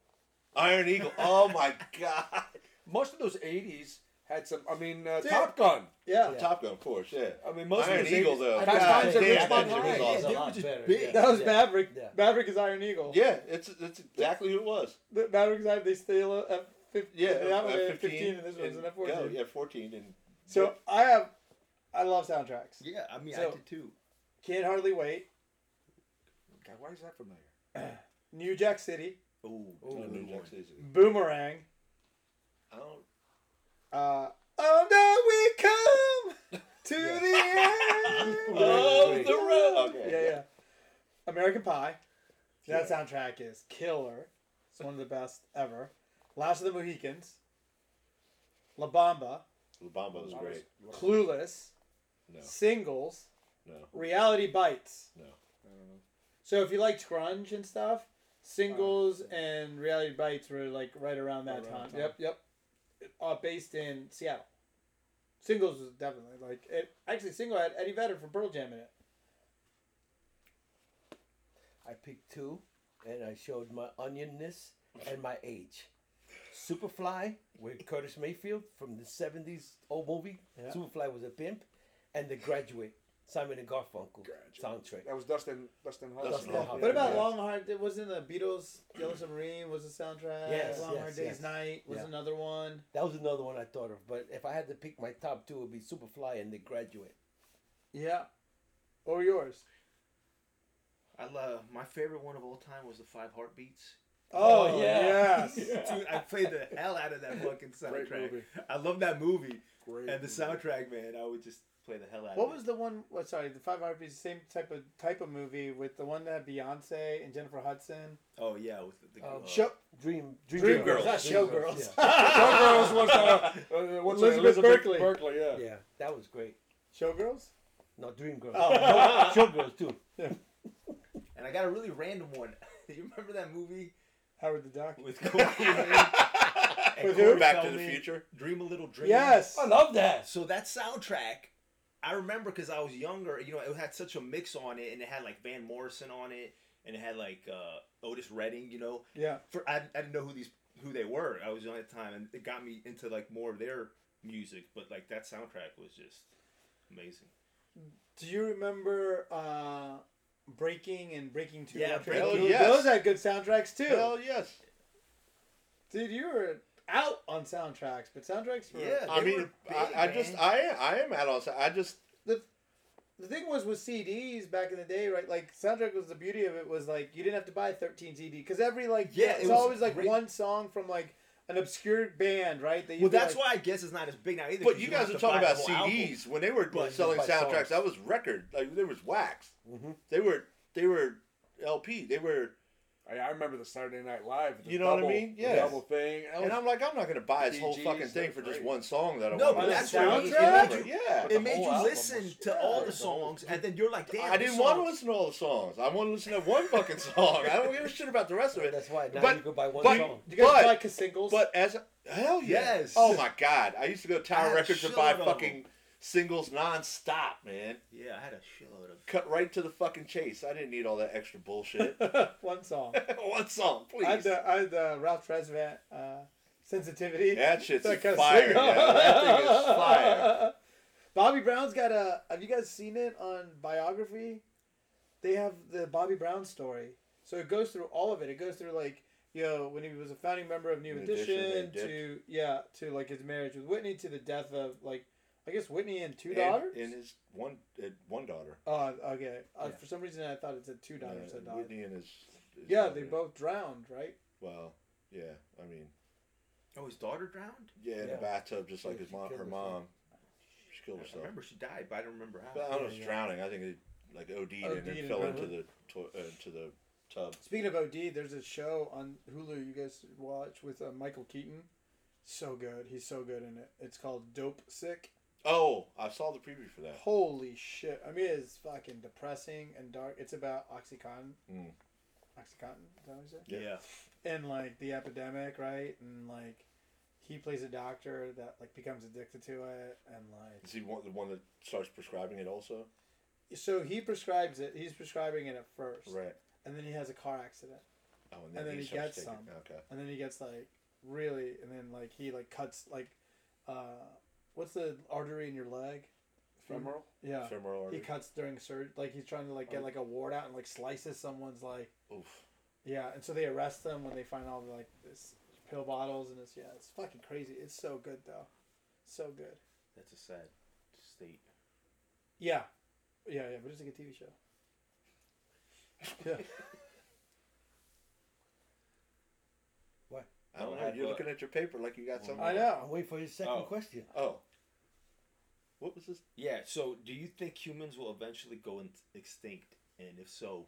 [SPEAKER 3] Iron Eagle. Oh my god.
[SPEAKER 4] Most of those '80s had some. I mean, uh,
[SPEAKER 1] Dude.
[SPEAKER 4] Top Gun.
[SPEAKER 1] Yeah.
[SPEAKER 2] Yeah.
[SPEAKER 3] Top Gun, of course. Yeah.
[SPEAKER 4] I mean, most
[SPEAKER 3] Iron
[SPEAKER 4] of those
[SPEAKER 3] Eagle
[SPEAKER 4] 80s
[SPEAKER 3] though.
[SPEAKER 2] I
[SPEAKER 3] God,
[SPEAKER 2] thought
[SPEAKER 1] that was
[SPEAKER 3] damn,
[SPEAKER 1] the
[SPEAKER 3] that
[SPEAKER 1] Richmond
[SPEAKER 3] shit was
[SPEAKER 1] High.
[SPEAKER 2] Yeah,
[SPEAKER 3] awesome.
[SPEAKER 2] they
[SPEAKER 3] Yeah,
[SPEAKER 2] were just
[SPEAKER 5] better,
[SPEAKER 2] big.
[SPEAKER 5] yeah.
[SPEAKER 1] That was Maverick.
[SPEAKER 2] Yeah.
[SPEAKER 1] Maverick is Iron Eagle.
[SPEAKER 3] it's it's exactly who it was.
[SPEAKER 1] The Maverick is Iron. They steal a fifteen.
[SPEAKER 3] Yeah,
[SPEAKER 1] that was
[SPEAKER 3] F-
[SPEAKER 1] F fifteen, and this one's an F fourteen.
[SPEAKER 3] Go, yeah, fourteen and
[SPEAKER 1] So I have, I love soundtracks.
[SPEAKER 5] Yeah, I mean,
[SPEAKER 1] So-
[SPEAKER 5] I did too.
[SPEAKER 1] Can't hardly wait.
[SPEAKER 4] God, why is that familiar?
[SPEAKER 1] New Jack City.
[SPEAKER 5] Ooh,
[SPEAKER 3] Oh,
[SPEAKER 5] good
[SPEAKER 3] New Jack
[SPEAKER 5] one.
[SPEAKER 3] City.
[SPEAKER 1] Boomerang.
[SPEAKER 3] I don't.
[SPEAKER 1] Uh, oh no, we come to
[SPEAKER 2] Yeah.
[SPEAKER 1] the end.
[SPEAKER 3] Oh,
[SPEAKER 2] wait.
[SPEAKER 3] the road. Okay.
[SPEAKER 1] yeah, yeah. American Pie. That
[SPEAKER 3] Yeah.
[SPEAKER 1] soundtrack is killer. It's one of the best ever. Last of the Mohicans. La Bamba.
[SPEAKER 3] La Bamba was great.
[SPEAKER 1] Clueless.
[SPEAKER 3] No,
[SPEAKER 1] Singles.
[SPEAKER 3] no,
[SPEAKER 1] Reality Bites.
[SPEAKER 3] no.
[SPEAKER 4] I don't know.
[SPEAKER 1] So if you liked grunge and stuff, Singles and Reality Bites were like right around that
[SPEAKER 4] Around
[SPEAKER 1] time.
[SPEAKER 4] time.
[SPEAKER 1] Yep, yep. Uh, based in Seattle. Singles was definitely like it. Actually, Single had Eddie Vedder from Pearl Jam in it.
[SPEAKER 2] I picked two, and I showed my onionness and my age. Superfly with Curtis Mayfield from the '70s old movie.
[SPEAKER 1] Yeah.
[SPEAKER 2] Superfly was a pimp, and The Graduate, Simon and Garfunkel
[SPEAKER 4] Graduate.
[SPEAKER 2] soundtrack.
[SPEAKER 4] That was Dustin. Dustin Hoffman.
[SPEAKER 3] Dustin
[SPEAKER 4] Yeah.
[SPEAKER 2] Hoffman.
[SPEAKER 1] What about
[SPEAKER 2] Yeah.
[SPEAKER 1] Long Hard? It wasn't the Beatles. Yellow Submarine was the soundtrack.
[SPEAKER 2] Yes,
[SPEAKER 1] Long
[SPEAKER 2] yes,
[SPEAKER 1] Hard Day's
[SPEAKER 2] yes.
[SPEAKER 1] Night was
[SPEAKER 2] Yeah.
[SPEAKER 1] another one.
[SPEAKER 2] That was another one I thought of, but if I had to pick my top two, it would be Superfly and The Graduate.
[SPEAKER 1] Yeah. What were yours?
[SPEAKER 5] I love my favorite one of all time was the Five Heartbeats.
[SPEAKER 1] Oh,
[SPEAKER 2] Oh, yeah.
[SPEAKER 1] yes.
[SPEAKER 5] Dude, I played the hell out of that fucking
[SPEAKER 4] Great
[SPEAKER 5] soundtrack.
[SPEAKER 4] movie.
[SPEAKER 5] I love that movie
[SPEAKER 4] Great.
[SPEAKER 5] and the
[SPEAKER 4] movie.
[SPEAKER 5] soundtrack, man. I would just play the hell out
[SPEAKER 1] What
[SPEAKER 5] of it.
[SPEAKER 1] was the one? What sorry, the Five Heartbeats, same type of type of movie with the one that had Beyonce and Jennifer Hudson.
[SPEAKER 5] Oh yeah, with the, the
[SPEAKER 2] Um,
[SPEAKER 5] uh,
[SPEAKER 1] Show,
[SPEAKER 2] Dream,
[SPEAKER 1] Dreamgirls,
[SPEAKER 3] Girls.
[SPEAKER 1] not
[SPEAKER 2] Girls,
[SPEAKER 1] Showgirls.
[SPEAKER 4] Showgirls was uh, uh, what's her name?
[SPEAKER 1] Elizabeth Berkley.
[SPEAKER 4] Berkley, yeah.
[SPEAKER 2] Yeah. yeah, that was great.
[SPEAKER 1] Showgirls.
[SPEAKER 2] No, Dreamgirls.
[SPEAKER 1] Oh.
[SPEAKER 2] Showgirls too.
[SPEAKER 5] and I got a really random one. you remember that movie
[SPEAKER 1] Howard the Duck.
[SPEAKER 5] with Corey Feldman and
[SPEAKER 1] With who?
[SPEAKER 5] Corey
[SPEAKER 3] Back to the
[SPEAKER 5] Feldman,
[SPEAKER 3] Future.
[SPEAKER 5] Dream a Little Dream.
[SPEAKER 1] Yes. Oh,
[SPEAKER 2] I love that.
[SPEAKER 5] So that soundtrack, I remember because I was younger. You know, it had such a mix on it, and it had like Van Morrison on it, and it had like uh, Otis Redding. You know,
[SPEAKER 1] Yeah.
[SPEAKER 5] for I, I didn't know who these who they were. I was young at the time, and it got me into like more of their music. But like that soundtrack was just amazing.
[SPEAKER 1] Do you remember uh, Breaking and Breaking Two?
[SPEAKER 5] Yeah,
[SPEAKER 1] Electric?
[SPEAKER 5] Breaking.
[SPEAKER 1] Those-
[SPEAKER 3] Yes.
[SPEAKER 1] Those had good soundtracks too.
[SPEAKER 3] Hell yes.
[SPEAKER 1] Dude, you were out on soundtracks, but soundtracks were.
[SPEAKER 5] Yeah.
[SPEAKER 3] I
[SPEAKER 5] They
[SPEAKER 3] mean,
[SPEAKER 5] were big,
[SPEAKER 3] I, I just
[SPEAKER 5] man.
[SPEAKER 3] I I am out on. I just
[SPEAKER 1] The thing was with CDs back in the day, right? Like soundtrack was the beauty of it was like you didn't have to buy 13 CD because every like
[SPEAKER 5] Yeah, it
[SPEAKER 1] it's
[SPEAKER 5] was
[SPEAKER 1] always like
[SPEAKER 5] great.
[SPEAKER 1] one song from like an obscure band, right? That
[SPEAKER 5] Well, that's why I guess it's not as big now either.
[SPEAKER 3] But
[SPEAKER 5] 'cause
[SPEAKER 3] you
[SPEAKER 5] don't
[SPEAKER 3] guys
[SPEAKER 5] have to
[SPEAKER 3] are talking
[SPEAKER 5] buy
[SPEAKER 3] about
[SPEAKER 5] the whole album.
[SPEAKER 3] CDs when they were
[SPEAKER 2] But-
[SPEAKER 3] selling
[SPEAKER 2] but songs.
[SPEAKER 3] soundtracks. That was
[SPEAKER 5] Mm-hmm.
[SPEAKER 3] record. Like there was wax.
[SPEAKER 2] Mhm.
[SPEAKER 3] They were they were LP. They were
[SPEAKER 4] I, I remember the Saturday Night Live. The
[SPEAKER 3] You know what I
[SPEAKER 4] double-
[SPEAKER 3] mean?
[SPEAKER 4] the
[SPEAKER 3] Yes.
[SPEAKER 4] double thing. That
[SPEAKER 3] And
[SPEAKER 4] was-
[SPEAKER 3] I'm like, I'm not gonna buy this whole
[SPEAKER 4] BGs,
[SPEAKER 3] fucking thing
[SPEAKER 4] that's
[SPEAKER 3] for just
[SPEAKER 4] great.
[SPEAKER 3] one song that I
[SPEAKER 5] No,
[SPEAKER 3] want.
[SPEAKER 5] but
[SPEAKER 1] the
[SPEAKER 5] that's
[SPEAKER 1] soundtrack?
[SPEAKER 5] what it, made you,
[SPEAKER 3] yeah.
[SPEAKER 5] it made
[SPEAKER 2] whole
[SPEAKER 5] you
[SPEAKER 2] album
[SPEAKER 5] listen
[SPEAKER 2] was-
[SPEAKER 5] to
[SPEAKER 2] yeah,
[SPEAKER 5] all the
[SPEAKER 2] the whole-
[SPEAKER 5] songs, and then you're like, damn.
[SPEAKER 3] I
[SPEAKER 5] this
[SPEAKER 3] didn't want
[SPEAKER 5] song-
[SPEAKER 3] to listen to all the songs. I want to listen to one fucking song. I don't give a shit about the rest of it.
[SPEAKER 2] That's why now
[SPEAKER 3] But-
[SPEAKER 2] you can buy one
[SPEAKER 3] but-
[SPEAKER 2] song.
[SPEAKER 1] Do you guys
[SPEAKER 3] But-
[SPEAKER 1] like his singles?
[SPEAKER 3] But as a, hell yeah.
[SPEAKER 5] Yes.
[SPEAKER 3] Oh my god, I used to go to
[SPEAKER 5] I had
[SPEAKER 3] Tower
[SPEAKER 5] a
[SPEAKER 3] Records and buy
[SPEAKER 5] shitload of
[SPEAKER 3] fucking singles nonstop, man.
[SPEAKER 5] Yeah, I had a shitload of.
[SPEAKER 3] Cut right to the fucking chase. I didn't need all that extra bullshit.
[SPEAKER 1] one song.
[SPEAKER 3] one song, please.
[SPEAKER 1] I had the I had the Ralph Tresvant uh, sensitivity.
[SPEAKER 3] that shit's
[SPEAKER 1] That kinda
[SPEAKER 3] fire.
[SPEAKER 1] single.
[SPEAKER 3] Yeah, that thing is fire.
[SPEAKER 1] Bobby Brown's got a. Have you guys seen it on biography? They have the Bobby Brown story, so it goes through all of it. It goes through like you know when he was a founding member of New
[SPEAKER 3] New Edition,
[SPEAKER 1] Edition
[SPEAKER 3] they dipped.
[SPEAKER 1] to yeah to like his marriage with Whitney to the death of like I guess Whitney and two
[SPEAKER 3] And-
[SPEAKER 1] daughters.
[SPEAKER 3] And, his one uh, one daughter.
[SPEAKER 1] Oh, okay. Uh,
[SPEAKER 2] Yeah.
[SPEAKER 1] For some reason, I thought it said two daughters
[SPEAKER 3] Uh,
[SPEAKER 1] had died.
[SPEAKER 3] Whitney and his, his
[SPEAKER 1] Yeah,
[SPEAKER 3] daughter.
[SPEAKER 1] they both drowned, right?
[SPEAKER 3] Well, yeah. I mean,
[SPEAKER 5] Oh, his daughter drowned.
[SPEAKER 3] yeah, in
[SPEAKER 2] Yeah.
[SPEAKER 3] the bathtub, just like
[SPEAKER 2] Yeah,
[SPEAKER 3] his
[SPEAKER 2] she
[SPEAKER 3] mom,
[SPEAKER 2] killed
[SPEAKER 3] her
[SPEAKER 2] herself.
[SPEAKER 3] mom. She killed
[SPEAKER 5] I
[SPEAKER 3] herself.
[SPEAKER 5] remember she died, but I don't remember how.
[SPEAKER 3] But I don't know if
[SPEAKER 2] Yeah,
[SPEAKER 3] it's
[SPEAKER 2] yeah.
[SPEAKER 3] drowning. I think it like OD'd, and
[SPEAKER 1] OD'd
[SPEAKER 3] then
[SPEAKER 1] and
[SPEAKER 3] fell
[SPEAKER 1] fell
[SPEAKER 3] into
[SPEAKER 1] in.
[SPEAKER 3] the to- uh, into the tub.
[SPEAKER 1] Speaking of OD, there's a show on Hulu you guys should watch with uh, Michael Keaton. So good. He's so good in it. It's called Dope Sick.
[SPEAKER 3] Oh, I saw the preview for that.
[SPEAKER 1] Holy shit. I mean, it's fucking depressing and dark. It's about Oxycontin.
[SPEAKER 3] Mm.
[SPEAKER 1] Oxycontin, is that what you said?
[SPEAKER 3] Yeah.
[SPEAKER 1] And like the epidemic, right? And like he plays a doctor that like becomes addicted to it and like
[SPEAKER 3] Is he one, the one that starts prescribing it also?
[SPEAKER 1] so he prescribes it. He's prescribing it at first.
[SPEAKER 3] Right.
[SPEAKER 1] And then he has a car accident.
[SPEAKER 3] Oh,
[SPEAKER 1] And then he
[SPEAKER 3] starts
[SPEAKER 1] gets
[SPEAKER 3] taking-
[SPEAKER 1] some.
[SPEAKER 3] Okay.
[SPEAKER 1] and then he gets like really and then like he like cuts like uh what's the artery in your leg
[SPEAKER 4] Femoral?
[SPEAKER 1] yeah
[SPEAKER 3] Femoral
[SPEAKER 1] he
[SPEAKER 3] artery.
[SPEAKER 1] cuts during surgery like he's trying to like get like a ward out and like slices someone's like
[SPEAKER 3] Oof.
[SPEAKER 1] yeah and so they arrest them when they find all the like this pill bottles and it's yeah it's fucking crazy it's so good though so good
[SPEAKER 5] That's a sad state.
[SPEAKER 1] yeah yeah yeah but it's like a tv show yeah
[SPEAKER 3] I don't
[SPEAKER 5] Well,
[SPEAKER 3] know.
[SPEAKER 5] I-
[SPEAKER 3] You're
[SPEAKER 5] but-
[SPEAKER 3] looking at your paper like you got something.
[SPEAKER 1] i
[SPEAKER 2] I'll
[SPEAKER 1] know
[SPEAKER 2] wait for your second
[SPEAKER 5] Oh.
[SPEAKER 2] question.
[SPEAKER 3] Oh. What was this?
[SPEAKER 5] Yeah. So, do you think humans will eventually go in- extinct? And if so,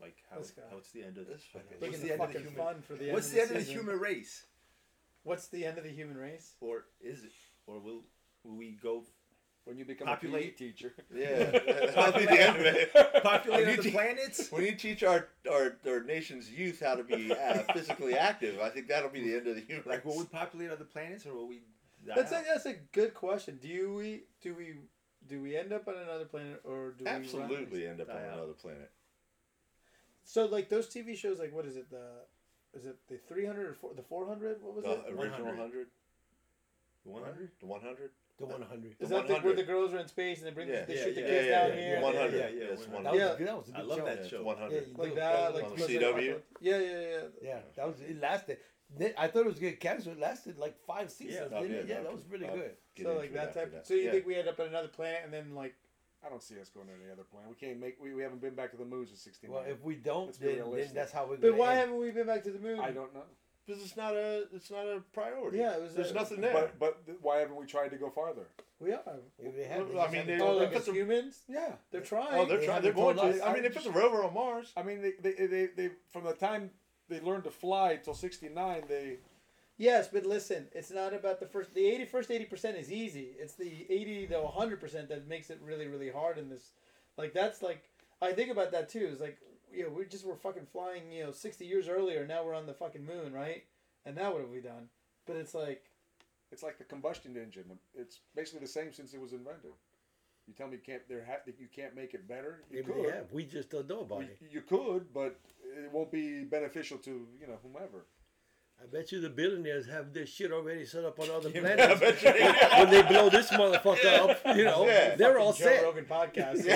[SPEAKER 5] like how?
[SPEAKER 1] This guy.
[SPEAKER 5] How it's the end of
[SPEAKER 3] This
[SPEAKER 5] this?
[SPEAKER 3] fucking-
[SPEAKER 1] Making
[SPEAKER 5] What's the
[SPEAKER 1] the
[SPEAKER 5] end of the
[SPEAKER 1] fucking
[SPEAKER 5] human?
[SPEAKER 1] fun for the end
[SPEAKER 5] What's
[SPEAKER 1] of
[SPEAKER 5] the end of the
[SPEAKER 1] season.
[SPEAKER 5] human race?
[SPEAKER 1] what's the end of the human race
[SPEAKER 5] Or is it? Or will will we go
[SPEAKER 4] when you become a
[SPEAKER 5] Populate-
[SPEAKER 4] PE teacher.
[SPEAKER 3] Yeah. That'll be the end of it.
[SPEAKER 5] populate
[SPEAKER 3] You
[SPEAKER 5] other
[SPEAKER 3] te-
[SPEAKER 5] planets?
[SPEAKER 3] When you teach our, our, our nation's youth how to be uh, physically active, I think that'll be the end of the human
[SPEAKER 5] Like, will we
[SPEAKER 3] race.
[SPEAKER 5] populate other planets, or will we? die
[SPEAKER 1] That's a,
[SPEAKER 5] out?
[SPEAKER 1] that's a good question. Do you- we do we do we end up on another planet or do we rise?
[SPEAKER 3] Absolutely end up on
[SPEAKER 5] Die out.
[SPEAKER 3] another planet.
[SPEAKER 1] So like those TV shows, like what is it the is it the three hundred or four, the four hundred? What was
[SPEAKER 3] The
[SPEAKER 1] it?
[SPEAKER 5] 100?
[SPEAKER 3] original 100?
[SPEAKER 5] One hundred.
[SPEAKER 3] The 100?
[SPEAKER 2] The 100.
[SPEAKER 1] Is
[SPEAKER 3] the
[SPEAKER 1] that the, where
[SPEAKER 3] 100.
[SPEAKER 1] the girls are in space and they bring
[SPEAKER 3] Yeah.
[SPEAKER 1] they
[SPEAKER 5] Yeah,
[SPEAKER 1] shoot the
[SPEAKER 5] yeah,
[SPEAKER 1] kids
[SPEAKER 5] yeah,
[SPEAKER 1] down
[SPEAKER 5] yeah,
[SPEAKER 1] here?
[SPEAKER 5] yeah.
[SPEAKER 3] 100.
[SPEAKER 5] yeah, yeah,
[SPEAKER 3] Yes,
[SPEAKER 5] yeah.
[SPEAKER 3] 100.
[SPEAKER 2] That was,
[SPEAKER 1] Yeah.
[SPEAKER 2] good- that was a good
[SPEAKER 5] I love
[SPEAKER 2] show.
[SPEAKER 5] that
[SPEAKER 3] It's
[SPEAKER 5] show.
[SPEAKER 3] 100.
[SPEAKER 2] Yeah, you
[SPEAKER 1] Like
[SPEAKER 2] know,
[SPEAKER 1] that,
[SPEAKER 2] was
[SPEAKER 1] like
[SPEAKER 3] on
[SPEAKER 2] good.
[SPEAKER 1] Mr.
[SPEAKER 3] CW?
[SPEAKER 1] Apocalypse. Yeah, yeah, yeah.
[SPEAKER 2] Yeah, that was it lasted. Then- I thought it was gonna cancel. It lasted like five seasons.
[SPEAKER 3] Oh,
[SPEAKER 2] didn't
[SPEAKER 3] yeah,
[SPEAKER 2] it? yeah,
[SPEAKER 3] that
[SPEAKER 2] that
[SPEAKER 3] was-
[SPEAKER 2] was really
[SPEAKER 3] oh.
[SPEAKER 2] good.
[SPEAKER 3] Get
[SPEAKER 1] so
[SPEAKER 3] into
[SPEAKER 1] like
[SPEAKER 3] it
[SPEAKER 1] that
[SPEAKER 3] after
[SPEAKER 1] type.
[SPEAKER 3] that.
[SPEAKER 1] So you
[SPEAKER 3] Yeah.
[SPEAKER 1] think we end up on another planet and then like
[SPEAKER 4] I don't see us going to any other planet. We can't make. We, we haven't been back to the moon since sixteen.
[SPEAKER 2] Well, if we don't,
[SPEAKER 4] Let's be
[SPEAKER 2] then, then
[SPEAKER 4] realistic.
[SPEAKER 2] that's how we're.
[SPEAKER 1] but
[SPEAKER 2] gonna
[SPEAKER 1] why
[SPEAKER 2] end.
[SPEAKER 1] haven't we been back to the moon?
[SPEAKER 4] I don't know.
[SPEAKER 3] Because it's not a it's not a priority.
[SPEAKER 1] Yeah, it was
[SPEAKER 3] There's
[SPEAKER 1] a-
[SPEAKER 3] nothing there.
[SPEAKER 4] But but th- why haven't we tried to go farther?
[SPEAKER 1] We are.
[SPEAKER 2] If they have,
[SPEAKER 3] Well,
[SPEAKER 2] they
[SPEAKER 3] I
[SPEAKER 2] just
[SPEAKER 3] mean,
[SPEAKER 2] haven't
[SPEAKER 3] they-
[SPEAKER 1] Oh,
[SPEAKER 2] told
[SPEAKER 1] like
[SPEAKER 2] us.
[SPEAKER 1] as humans,
[SPEAKER 4] Yeah.
[SPEAKER 1] they're trying.
[SPEAKER 3] oh, they're
[SPEAKER 2] they
[SPEAKER 3] trying.
[SPEAKER 2] haven't
[SPEAKER 3] They're going
[SPEAKER 2] told
[SPEAKER 3] to.
[SPEAKER 2] us.
[SPEAKER 3] I mean, they put the rover on Mars.
[SPEAKER 4] I mean, they they, they, they from the time they learned to fly till sixty nine, they
[SPEAKER 1] Yes, but listen, it's not about the first. The eighty first eighty percent is easy. It's the eighty to hundred percent that makes it really really hard in this. Like that's like I think about that too. It's like you know, we just were fucking flying you know sixty years earlier. Now we're on the fucking moon, right? And now what have we done? But it's like
[SPEAKER 4] it's like the combustion engine. It's basically the same since it was invented. You tell me you can't there ha- you can't make it better. You
[SPEAKER 2] Maybe they
[SPEAKER 4] could.
[SPEAKER 2] have. We just don't know about
[SPEAKER 4] Well,
[SPEAKER 2] it.
[SPEAKER 4] you- you could, but it won't be beneficial to you know whomever.
[SPEAKER 2] I bet you the billionaires have their shit already set up on other
[SPEAKER 3] I
[SPEAKER 2] planets.
[SPEAKER 3] bet you they do.
[SPEAKER 2] when they blow this motherfucker up, you know,
[SPEAKER 3] Yeah.
[SPEAKER 2] they're all
[SPEAKER 1] Joe
[SPEAKER 2] set.
[SPEAKER 1] Rogan podcast.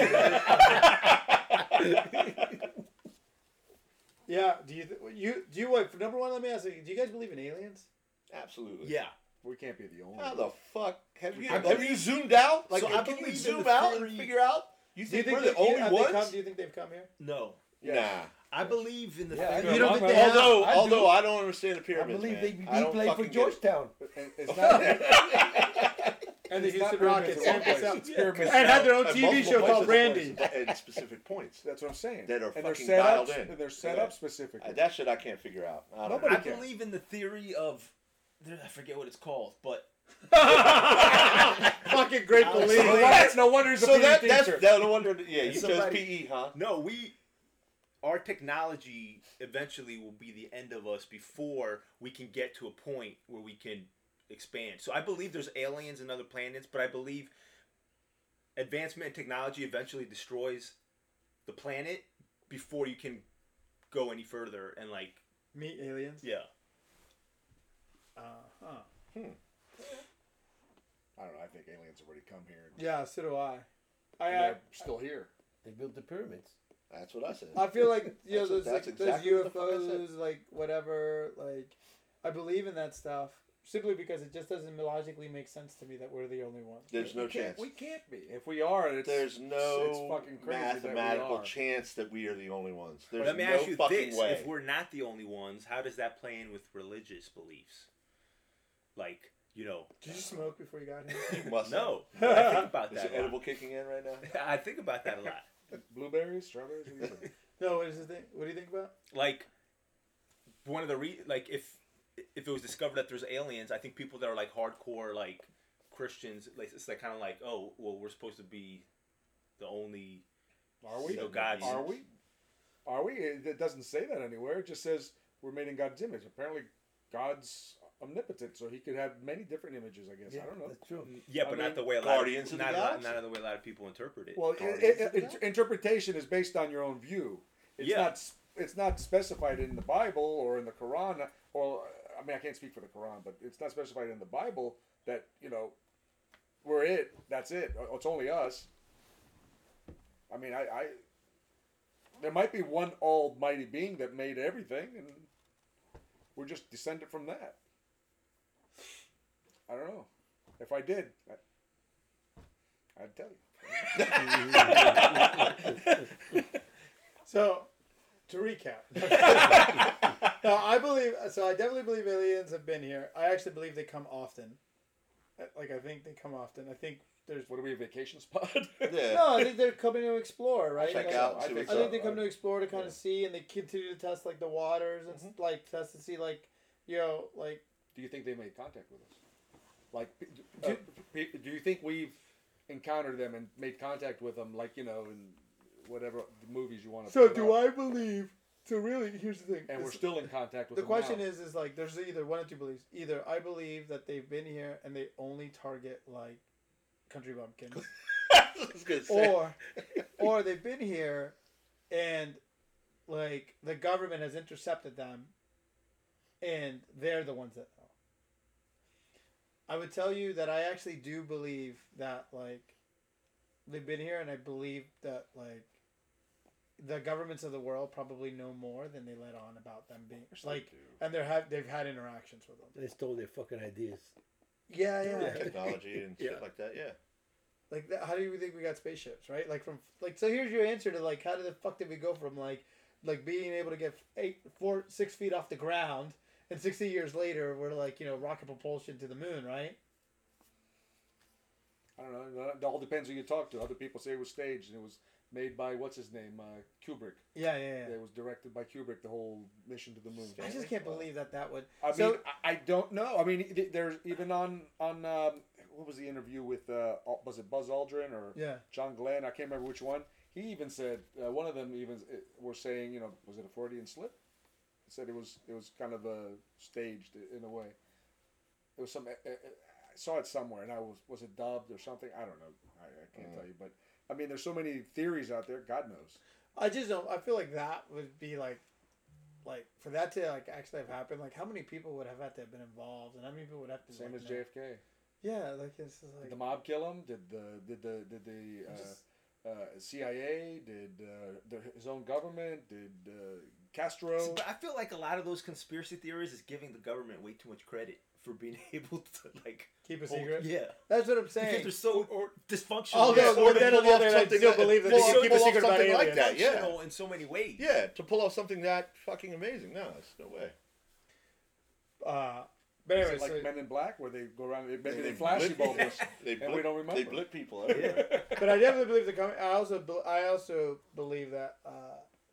[SPEAKER 1] yeah. Do you th- you do you wait for number one? Let me ask you. Do you guys believe in aliens?
[SPEAKER 3] Absolutely.
[SPEAKER 5] Yeah.
[SPEAKER 4] We can't be the only.
[SPEAKER 3] How the fuck have you
[SPEAKER 5] I
[SPEAKER 3] have you zoomed out? Like,
[SPEAKER 5] So I
[SPEAKER 3] can you
[SPEAKER 5] believe in
[SPEAKER 3] zoom
[SPEAKER 5] the
[SPEAKER 3] out and
[SPEAKER 5] theory-
[SPEAKER 3] figure out? You
[SPEAKER 1] Do you
[SPEAKER 3] think,
[SPEAKER 1] think
[SPEAKER 3] we're the
[SPEAKER 1] they- you-
[SPEAKER 3] only
[SPEAKER 1] have they
[SPEAKER 3] ones?
[SPEAKER 1] come- Do you think they've come here?
[SPEAKER 5] No.
[SPEAKER 3] Nah.
[SPEAKER 5] I believe in the.
[SPEAKER 4] Yeah, I
[SPEAKER 5] theory-
[SPEAKER 1] You don't
[SPEAKER 4] I'm
[SPEAKER 1] think
[SPEAKER 4] a-
[SPEAKER 1] they
[SPEAKER 5] Oh,
[SPEAKER 1] have-
[SPEAKER 3] Although,
[SPEAKER 2] I do.
[SPEAKER 3] although I don't understand the
[SPEAKER 2] I
[SPEAKER 3] pyramids.
[SPEAKER 2] believe
[SPEAKER 3] man.
[SPEAKER 2] they,
[SPEAKER 3] I
[SPEAKER 2] they
[SPEAKER 3] don't
[SPEAKER 2] play for
[SPEAKER 3] fucking get it.
[SPEAKER 2] Georgetown.
[SPEAKER 4] And It's not.
[SPEAKER 1] and the
[SPEAKER 4] It's not
[SPEAKER 1] Houston
[SPEAKER 4] pyramids,
[SPEAKER 1] Rockets
[SPEAKER 4] it's
[SPEAKER 1] and
[SPEAKER 4] one place.
[SPEAKER 1] myself.
[SPEAKER 4] It's pyramids.
[SPEAKER 1] And had their own
[SPEAKER 3] At
[SPEAKER 1] TV
[SPEAKER 3] multiple
[SPEAKER 1] show called
[SPEAKER 3] places
[SPEAKER 1] Randy.
[SPEAKER 3] At specific points.
[SPEAKER 4] That's what I'm saying.
[SPEAKER 3] That are
[SPEAKER 4] and they're
[SPEAKER 3] fucking
[SPEAKER 4] set up,
[SPEAKER 3] dialed in.
[SPEAKER 4] And they're set
[SPEAKER 3] Yeah.
[SPEAKER 4] up specifically.
[SPEAKER 3] Uh, That shit I can't figure out. I don't
[SPEAKER 4] Nobody
[SPEAKER 3] know.
[SPEAKER 5] I
[SPEAKER 4] can.
[SPEAKER 5] believe in the theory of I forget what it's called, but
[SPEAKER 1] Fucking great
[SPEAKER 5] Alex
[SPEAKER 1] belief.
[SPEAKER 5] Rodriguez.
[SPEAKER 4] no, wonder, no wonder he's a
[SPEAKER 3] So
[SPEAKER 4] PE
[SPEAKER 3] that, that's
[SPEAKER 4] teacher.
[SPEAKER 3] that no wonder. Yeah, you
[SPEAKER 5] It's
[SPEAKER 3] chose
[SPEAKER 5] somebody-
[SPEAKER 3] PE, huh?
[SPEAKER 5] no, we our technology eventually will be the end of us before we can get to a point where we can expand. So I believe there's aliens and other planets, but I believe advancement in technology eventually destroys the planet before you can go any further and like
[SPEAKER 1] Meet aliens.
[SPEAKER 5] yeah.
[SPEAKER 1] Uh, huh.
[SPEAKER 4] I don't know. I think aliens already come here. And,
[SPEAKER 1] Yeah, so do I. I,
[SPEAKER 4] and
[SPEAKER 1] I,
[SPEAKER 4] they're still here.
[SPEAKER 2] They built the pyramids.
[SPEAKER 3] That's what I said.
[SPEAKER 1] I feel like you know those,
[SPEAKER 3] That's- that's
[SPEAKER 1] like,
[SPEAKER 3] exactly
[SPEAKER 1] those
[SPEAKER 3] what the fuck I said.
[SPEAKER 1] UFOs, like whatever, like I believe in that stuff simply because it just doesn't logically make sense to me that we're the only ones.
[SPEAKER 3] There's no
[SPEAKER 4] We can't-
[SPEAKER 3] chance.
[SPEAKER 4] We can't be. If we are, it's,
[SPEAKER 3] There's
[SPEAKER 4] it's
[SPEAKER 3] no
[SPEAKER 4] fucking crazy that we
[SPEAKER 3] mathematical
[SPEAKER 4] are.
[SPEAKER 3] chance that we are the only ones. There's
[SPEAKER 5] Let me
[SPEAKER 3] no
[SPEAKER 5] ask you
[SPEAKER 3] fucking
[SPEAKER 5] this:
[SPEAKER 3] way.
[SPEAKER 5] If we're not the only ones, how does that play in with religious beliefs? Like, you know,
[SPEAKER 1] Did you smoke before you got
[SPEAKER 3] You
[SPEAKER 1] here?
[SPEAKER 3] must
[SPEAKER 5] no. but I think about
[SPEAKER 3] Have. Is
[SPEAKER 5] that. a
[SPEAKER 3] it
[SPEAKER 5] lot.
[SPEAKER 3] edible kicking in right now?
[SPEAKER 5] I think about that a lot.
[SPEAKER 4] Blueberries, strawberries. What do you think?
[SPEAKER 1] no, what is the thing? What do you think about?
[SPEAKER 5] Like, one of the re- like if if it was discovered that there's aliens, I think people that are like hardcore like Christians, like it's like kind of like, oh, well, we're supposed to be the only.
[SPEAKER 4] Are we?
[SPEAKER 5] So God's-
[SPEAKER 4] Are we? Are we? It it doesn't say that anywhere. It just says we're made in God's image. Apparently, God's omnipotent, so he could have many different images. I guess I don't know.
[SPEAKER 2] That's true.
[SPEAKER 5] Yeah,
[SPEAKER 4] I
[SPEAKER 5] but
[SPEAKER 4] mean,
[SPEAKER 5] not the way a lot
[SPEAKER 3] Guardians
[SPEAKER 5] of,
[SPEAKER 3] of the
[SPEAKER 5] not, a lot,
[SPEAKER 3] Galaxy.
[SPEAKER 5] not the way a lot of people interpret it.
[SPEAKER 4] Well,
[SPEAKER 3] Guardians
[SPEAKER 4] it,
[SPEAKER 3] of
[SPEAKER 4] it,
[SPEAKER 3] the
[SPEAKER 4] it, interpretation is based on your own view. It's
[SPEAKER 5] Yeah.
[SPEAKER 4] not. s- It's not specified in the Bible or in the Quran. Or I mean, I can't speak for the Quran, but it's not specified in the Bible that you know we're it. That's it. Uh, It's only us. I mean, I, I there might be one almighty being that made everything, and we're just descended from that. I don't know. If I did, I, I'd tell you.
[SPEAKER 1] So, to recap, no, I believe so. I definitely believe aliens have been here. I actually believe they come often. I- Like I think they come often. I think there's
[SPEAKER 4] What are we, a vacation spot?
[SPEAKER 3] Yeah.
[SPEAKER 1] no. I think they're coming to explore, right?
[SPEAKER 3] Check
[SPEAKER 1] Like,
[SPEAKER 3] out.
[SPEAKER 4] I
[SPEAKER 3] See
[SPEAKER 4] think
[SPEAKER 3] what's
[SPEAKER 4] so.
[SPEAKER 1] I think
[SPEAKER 3] up.
[SPEAKER 1] they come to explore to kind
[SPEAKER 4] Yeah.
[SPEAKER 1] of see, and they continue to test like the waters and
[SPEAKER 4] Mm-hmm.
[SPEAKER 1] s like test and see like, you know, like
[SPEAKER 4] do you think they made contact with us? Like, p- d- uh, p- p- do you think we've encountered them and made contact with them, like, you know, in whatever movies you want to
[SPEAKER 1] So do I believe? So really, here's the thing.
[SPEAKER 4] And we're
[SPEAKER 1] This-
[SPEAKER 4] still in contact with
[SPEAKER 1] the
[SPEAKER 4] them.
[SPEAKER 1] question is, is like there's either one of two beliefs. Either I believe that they've been here and they only target like country bumpkins,
[SPEAKER 3] I was gonna say.
[SPEAKER 1] or or they've been here and like the government has intercepted them, and they're the ones that know. I would tell you that I actually do believe that like they've been here, and I believe that like the governments of the world probably know more than they let on about them being like, and they have they've had interactions with them.
[SPEAKER 2] They stole their fucking ideas.
[SPEAKER 1] Yeah, yeah.
[SPEAKER 3] Technology and shit
[SPEAKER 2] Yeah.
[SPEAKER 3] like that. Yeah.
[SPEAKER 1] Like, that, how do you think we got spaceships, right? Like from like so. Here's your answer to like how did the fuck did we go from like like being able to get eight four six feet off the ground and sixty years later we're like you know rocket propulsion to the moon, right?
[SPEAKER 4] I don't know. It all depends who you talk to. Other people say it was staged and it was made by, what's his name? Uh, Kubrick.
[SPEAKER 1] Yeah, yeah, yeah.
[SPEAKER 4] It was directed by Kubrick, the whole mission to the moon.
[SPEAKER 1] I just can't believe that that would.
[SPEAKER 4] I
[SPEAKER 1] so
[SPEAKER 4] mean, I, I don't know. I mean, th- there's even on on um, what was the interview with uh, Al- was it Buzz Aldrin or
[SPEAKER 1] Yeah.
[SPEAKER 4] John Glenn? I can't remember which one. He even said uh, one of them even uh, were saying, you know, was it a Freudian slip? He said it was it was kind of uh, staged i- in a way. It was some uh, uh, I saw it somewhere, and I was was it dubbed or something? I don't know. I, I can't
[SPEAKER 3] Mm.
[SPEAKER 4] tell you, but I mean, there's so many theories out there. God knows.
[SPEAKER 1] I just don't. I feel like that would be like, like for that to like actually have happened. Like how many people would have had to have been involved, and how many people would have to
[SPEAKER 4] Same
[SPEAKER 1] like,
[SPEAKER 4] as
[SPEAKER 1] know?
[SPEAKER 4] JFK.
[SPEAKER 1] Yeah, like it's just
[SPEAKER 4] Did
[SPEAKER 1] like
[SPEAKER 4] the mob kill him? Did the did the did the uh,
[SPEAKER 1] Just-
[SPEAKER 4] uh, CIA? Did uh, the, his own government? Did uh, Castro?
[SPEAKER 5] But I feel like a lot of those conspiracy theories is giving the government way too much credit for being able to like
[SPEAKER 1] keep a
[SPEAKER 5] hold-
[SPEAKER 1] secret.
[SPEAKER 5] yeah,
[SPEAKER 1] That's what I'm
[SPEAKER 5] because
[SPEAKER 1] saying.
[SPEAKER 5] they're so dysfunctional.
[SPEAKER 1] Although,
[SPEAKER 5] and so
[SPEAKER 1] we're then on the other hand, I still believe that
[SPEAKER 3] pull
[SPEAKER 1] they
[SPEAKER 3] off-
[SPEAKER 1] can keep a
[SPEAKER 3] pull off
[SPEAKER 1] secret about
[SPEAKER 3] something like
[SPEAKER 1] aliens.
[SPEAKER 3] that. Yeah.
[SPEAKER 5] dysfunctional in so many ways.
[SPEAKER 3] Yeah. To pull off something that fucking amazing. No, it's no way.
[SPEAKER 1] Uh, But
[SPEAKER 4] Is
[SPEAKER 1] anyway,
[SPEAKER 4] it like
[SPEAKER 1] so-
[SPEAKER 4] Men in Black where they go around? Maybe they flashy
[SPEAKER 3] blip-
[SPEAKER 4] bulb us.
[SPEAKER 3] They
[SPEAKER 4] and we
[SPEAKER 3] blip-
[SPEAKER 4] don't remember.
[SPEAKER 3] They blip people everywhere.
[SPEAKER 1] but I definitely believe the coming. I also be- I also believe that uh,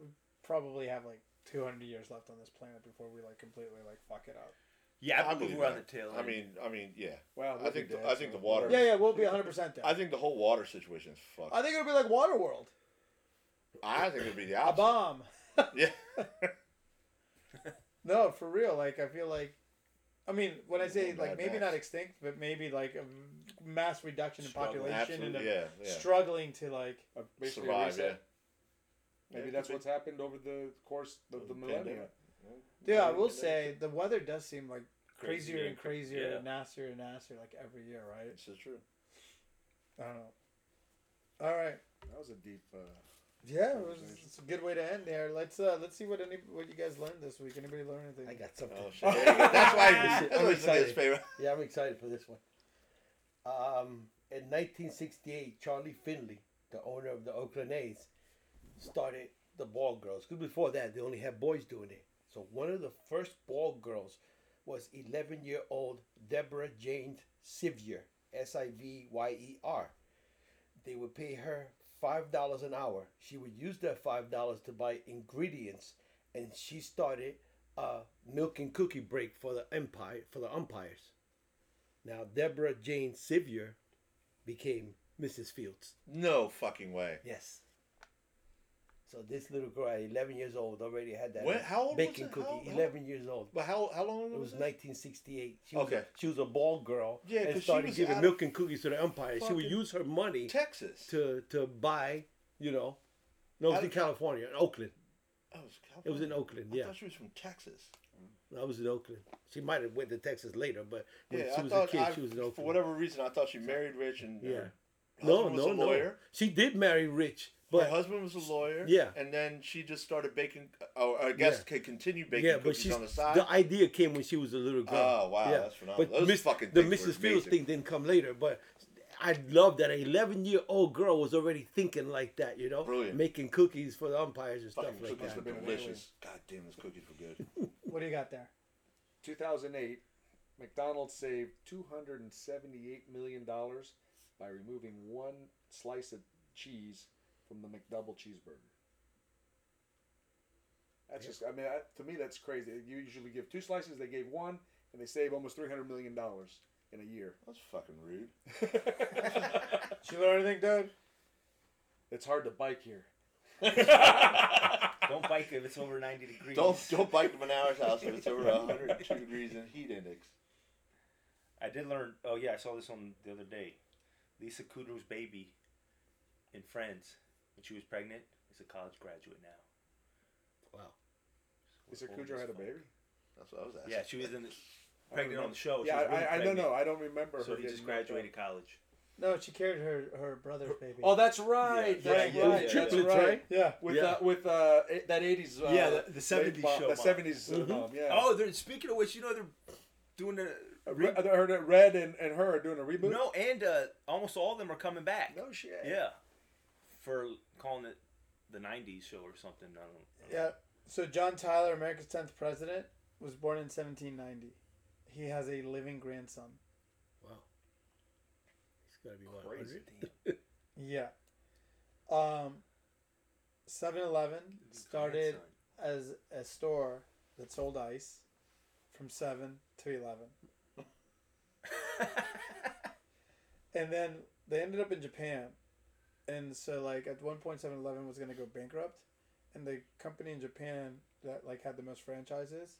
[SPEAKER 1] we probably have like 200 years left on this planet before we like completely like fuck it up.
[SPEAKER 3] I
[SPEAKER 6] Yeah, I believe
[SPEAKER 3] believe
[SPEAKER 6] we're on the
[SPEAKER 3] that.
[SPEAKER 6] tail.
[SPEAKER 3] I
[SPEAKER 6] end.
[SPEAKER 3] mean, I mean, yeah.
[SPEAKER 4] Well,
[SPEAKER 3] I think the, I think the water.
[SPEAKER 1] Yeah, yeah, we'll be 100 percent there.
[SPEAKER 3] I think the whole water situation is fucked.
[SPEAKER 1] I think it'll be like Waterworld,
[SPEAKER 3] I think it'd be the
[SPEAKER 1] a
[SPEAKER 3] opposite.
[SPEAKER 1] bomb.
[SPEAKER 3] Yeah.
[SPEAKER 1] No, for real. Like I feel like, I mean, when I say
[SPEAKER 3] Mad
[SPEAKER 1] like maybe
[SPEAKER 3] Max.
[SPEAKER 1] not extinct, but maybe like a mass reduction in
[SPEAKER 6] Struggle.
[SPEAKER 1] population and
[SPEAKER 3] Absolutely.
[SPEAKER 1] a-
[SPEAKER 3] Yeah. yeah.
[SPEAKER 1] struggling to like.
[SPEAKER 4] Uh, basically a
[SPEAKER 3] Survive.
[SPEAKER 4] reset.
[SPEAKER 3] Yeah.
[SPEAKER 4] Maybe
[SPEAKER 3] Yeah,
[SPEAKER 4] that's
[SPEAKER 3] could be.
[SPEAKER 4] what's happened over the course of the millennia.
[SPEAKER 3] Pandemic.
[SPEAKER 1] Yeah, I
[SPEAKER 3] Yeah,
[SPEAKER 1] will
[SPEAKER 3] yeah.
[SPEAKER 1] say the weather does seem like
[SPEAKER 6] Crazy
[SPEAKER 1] crazier
[SPEAKER 6] and
[SPEAKER 1] and crazier
[SPEAKER 6] yeah.
[SPEAKER 1] and nastier and nastier like every year, right?
[SPEAKER 3] This is true.
[SPEAKER 1] I don't know. Um, All right.
[SPEAKER 4] That was a deep. Uh,
[SPEAKER 1] Yeah, it was, it's a good way to end there. Let's uh let's see what any what you guys learned this week. Anybody learn anything?
[SPEAKER 2] I got something.
[SPEAKER 3] Oh shit. that's why
[SPEAKER 2] I'm
[SPEAKER 3] I'm listening to
[SPEAKER 2] excited.
[SPEAKER 3] this paper.
[SPEAKER 2] Yeah, I'm excited for this one. Um, in 1968, Charlie Finley, the owner of the Oakland A's, started the ball girls. Because before that, they only had boys doing it. So one of the first ball girls was 11 year old Deborah Jane Sivier, S I V Y E R. They would pay her $5 an hour. She would use that $5 to buy ingredients, and she started a milk and cookie break for the empire for the umpires. Now Deborah Jane Sivier became Mrs. Fields.
[SPEAKER 3] No fucking way.
[SPEAKER 2] Yes. So this little girl at 11 years old already had that
[SPEAKER 3] When- how old was
[SPEAKER 2] baking
[SPEAKER 3] it? How-
[SPEAKER 2] cookie.
[SPEAKER 3] how-
[SPEAKER 2] 11 years old.
[SPEAKER 3] But how how long
[SPEAKER 2] It was
[SPEAKER 3] was
[SPEAKER 2] 1968. She was,
[SPEAKER 3] Okay.
[SPEAKER 2] She was a ball girl
[SPEAKER 3] Yeah, 'cause
[SPEAKER 2] and
[SPEAKER 3] she
[SPEAKER 2] started
[SPEAKER 3] was
[SPEAKER 2] giving
[SPEAKER 3] out
[SPEAKER 2] milk and cookies to the umpires. She would
[SPEAKER 3] fucking
[SPEAKER 2] use her money
[SPEAKER 3] Texas.
[SPEAKER 2] to to buy, you know, no, it was
[SPEAKER 3] Out
[SPEAKER 2] in
[SPEAKER 3] of-
[SPEAKER 2] California, in Oakland.
[SPEAKER 3] Oh, it was
[SPEAKER 2] It was in
[SPEAKER 3] California.
[SPEAKER 2] Oakland,
[SPEAKER 3] I
[SPEAKER 2] yeah.
[SPEAKER 3] thought she was from Texas.
[SPEAKER 2] I was in Oakland. She might have went to Texas later, but when
[SPEAKER 3] Yeah,
[SPEAKER 2] she
[SPEAKER 3] I
[SPEAKER 2] was
[SPEAKER 3] thought
[SPEAKER 2] a kid,
[SPEAKER 3] I-
[SPEAKER 2] she was in Oakland.
[SPEAKER 3] for whatever reason I thought she married rich and
[SPEAKER 2] Yeah.
[SPEAKER 3] her
[SPEAKER 2] No,
[SPEAKER 3] husband was
[SPEAKER 2] no,
[SPEAKER 3] a
[SPEAKER 2] no.
[SPEAKER 3] lawyer.
[SPEAKER 2] She did marry Rich,
[SPEAKER 3] her
[SPEAKER 2] but
[SPEAKER 3] husband was a lawyer.
[SPEAKER 2] Yeah.
[SPEAKER 3] And then she just started baking. Or I guess could continue baking
[SPEAKER 2] yeah, but
[SPEAKER 3] cookies
[SPEAKER 2] she's
[SPEAKER 3] on the side.
[SPEAKER 2] the idea came when she was a little girl.
[SPEAKER 3] Oh, wow,
[SPEAKER 2] yeah.
[SPEAKER 3] that's phenomenal.
[SPEAKER 2] But
[SPEAKER 3] Those
[SPEAKER 2] Miss,
[SPEAKER 3] fucking
[SPEAKER 2] the
[SPEAKER 3] things were
[SPEAKER 2] Mrs. Fields
[SPEAKER 3] amazing.
[SPEAKER 2] thing didn't come later, but I love that an 11 year old girl was already thinking like that, you know,
[SPEAKER 3] Brilliant.
[SPEAKER 2] making cookies for the umpires and
[SPEAKER 3] Fucking
[SPEAKER 2] stuff like
[SPEAKER 3] cookies
[SPEAKER 2] that.
[SPEAKER 3] were delicious. God damn, those cookies were good.
[SPEAKER 1] What do you got there?
[SPEAKER 4] 2008, McDonald's saved 278 million dollars by removing one slice of cheese from the McDouble cheeseburger. That's just. I mean, I, to me, that's crazy. You usually give two slices. They gave one, and they save almost 300 million dollars in a year.
[SPEAKER 3] That's fucking rude.
[SPEAKER 1] Did you learn anything, dude?
[SPEAKER 4] It's hard to bike here.
[SPEAKER 6] don't bike if it's over 90 degrees.
[SPEAKER 3] Don't don't bike to Manaur's house if it's over 102 degrees in heat index.
[SPEAKER 6] I did learn. Oh yeah, I saw this one the other day. Lisa Kudrow's baby in Friends, when she was pregnant, is a college graduate now.
[SPEAKER 2] Wow.
[SPEAKER 4] Is there
[SPEAKER 6] Old
[SPEAKER 4] Kudrow
[SPEAKER 6] as
[SPEAKER 4] had a
[SPEAKER 6] fuck.
[SPEAKER 4] baby?
[SPEAKER 3] That's what I was asking.
[SPEAKER 6] Yeah, she was in the,
[SPEAKER 4] I
[SPEAKER 6] pregnant on
[SPEAKER 4] remember-
[SPEAKER 6] the show. She
[SPEAKER 4] Yeah,
[SPEAKER 6] was
[SPEAKER 4] I,
[SPEAKER 6] really
[SPEAKER 4] I, I don't
[SPEAKER 6] Oh, pregnant.
[SPEAKER 4] know. I don't remember
[SPEAKER 6] So
[SPEAKER 4] her.
[SPEAKER 6] he just
[SPEAKER 4] getting knocked
[SPEAKER 6] graduated college.
[SPEAKER 1] No, she carried her her brother's baby.
[SPEAKER 4] out. Oh, that's right.
[SPEAKER 6] Yeah,
[SPEAKER 4] that's
[SPEAKER 6] yeah,
[SPEAKER 4] right.
[SPEAKER 6] yeah,
[SPEAKER 4] that's
[SPEAKER 2] yeah.
[SPEAKER 4] right.
[SPEAKER 1] yeah.
[SPEAKER 4] With
[SPEAKER 2] Yeah.
[SPEAKER 4] uh, with uh, eh, that eighties. Uh,
[SPEAKER 6] Yeah, the- the 70s
[SPEAKER 4] mom-
[SPEAKER 6] show
[SPEAKER 4] The
[SPEAKER 6] mom.
[SPEAKER 4] seventies uh, mom. Yeah.
[SPEAKER 6] Oh, they're speaking of which, you know they're doing a
[SPEAKER 4] Uh, Re- I heard that Red and, and her are doing a reboot.
[SPEAKER 6] no, and uh, almost all of them are coming back.
[SPEAKER 4] No shit.
[SPEAKER 6] Yeah, for calling it the '90s show or something. I don't. I don't
[SPEAKER 1] Yeah. So John Tyler, America's tenth president, was born in 1790. He has a living grandson.
[SPEAKER 2] Wow. It's got to be
[SPEAKER 6] know.
[SPEAKER 2] 100.
[SPEAKER 6] Damn.
[SPEAKER 1] Yeah. Um. 7-Eleven started
[SPEAKER 6] Grandson.
[SPEAKER 1] as a store that sold ice from 7 to 11. and then they ended up in Japan. And so like at one point 7-Eleven was going to go bankrupt and the company in Japan that like had the most franchises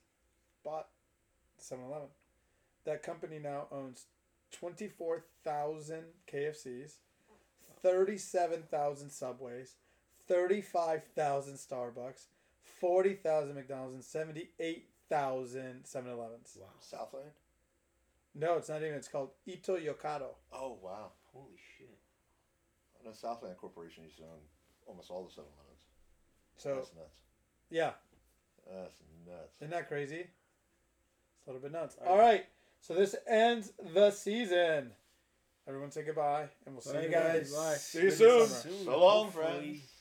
[SPEAKER 1] bought 7-Eleven. That company now owns 24,000 KFCs, 37,000 Subways, 35,000 Starbucks, 40,000 McDonald's and 78,000 7-Elevens.
[SPEAKER 2] Wow.
[SPEAKER 3] Southland.
[SPEAKER 1] No, it's not even. It's called Ito Yokado.
[SPEAKER 3] Oh wow.
[SPEAKER 6] Holy shit!
[SPEAKER 3] I know Southland Corporation used to own almost all the 7 Elevens.
[SPEAKER 1] So,
[SPEAKER 3] That's nuts.
[SPEAKER 1] yeah,
[SPEAKER 3] That's nuts.
[SPEAKER 1] isn't that crazy? It's a little bit nuts. All right. So this ends the season. Everyone say goodbye, and we'll see
[SPEAKER 2] Bye,
[SPEAKER 1] you guys.
[SPEAKER 2] bye, bye.
[SPEAKER 1] in
[SPEAKER 4] See you
[SPEAKER 1] the
[SPEAKER 4] soon.
[SPEAKER 1] summer.
[SPEAKER 6] Soon,
[SPEAKER 3] So long,
[SPEAKER 6] hopefully.
[SPEAKER 3] friends.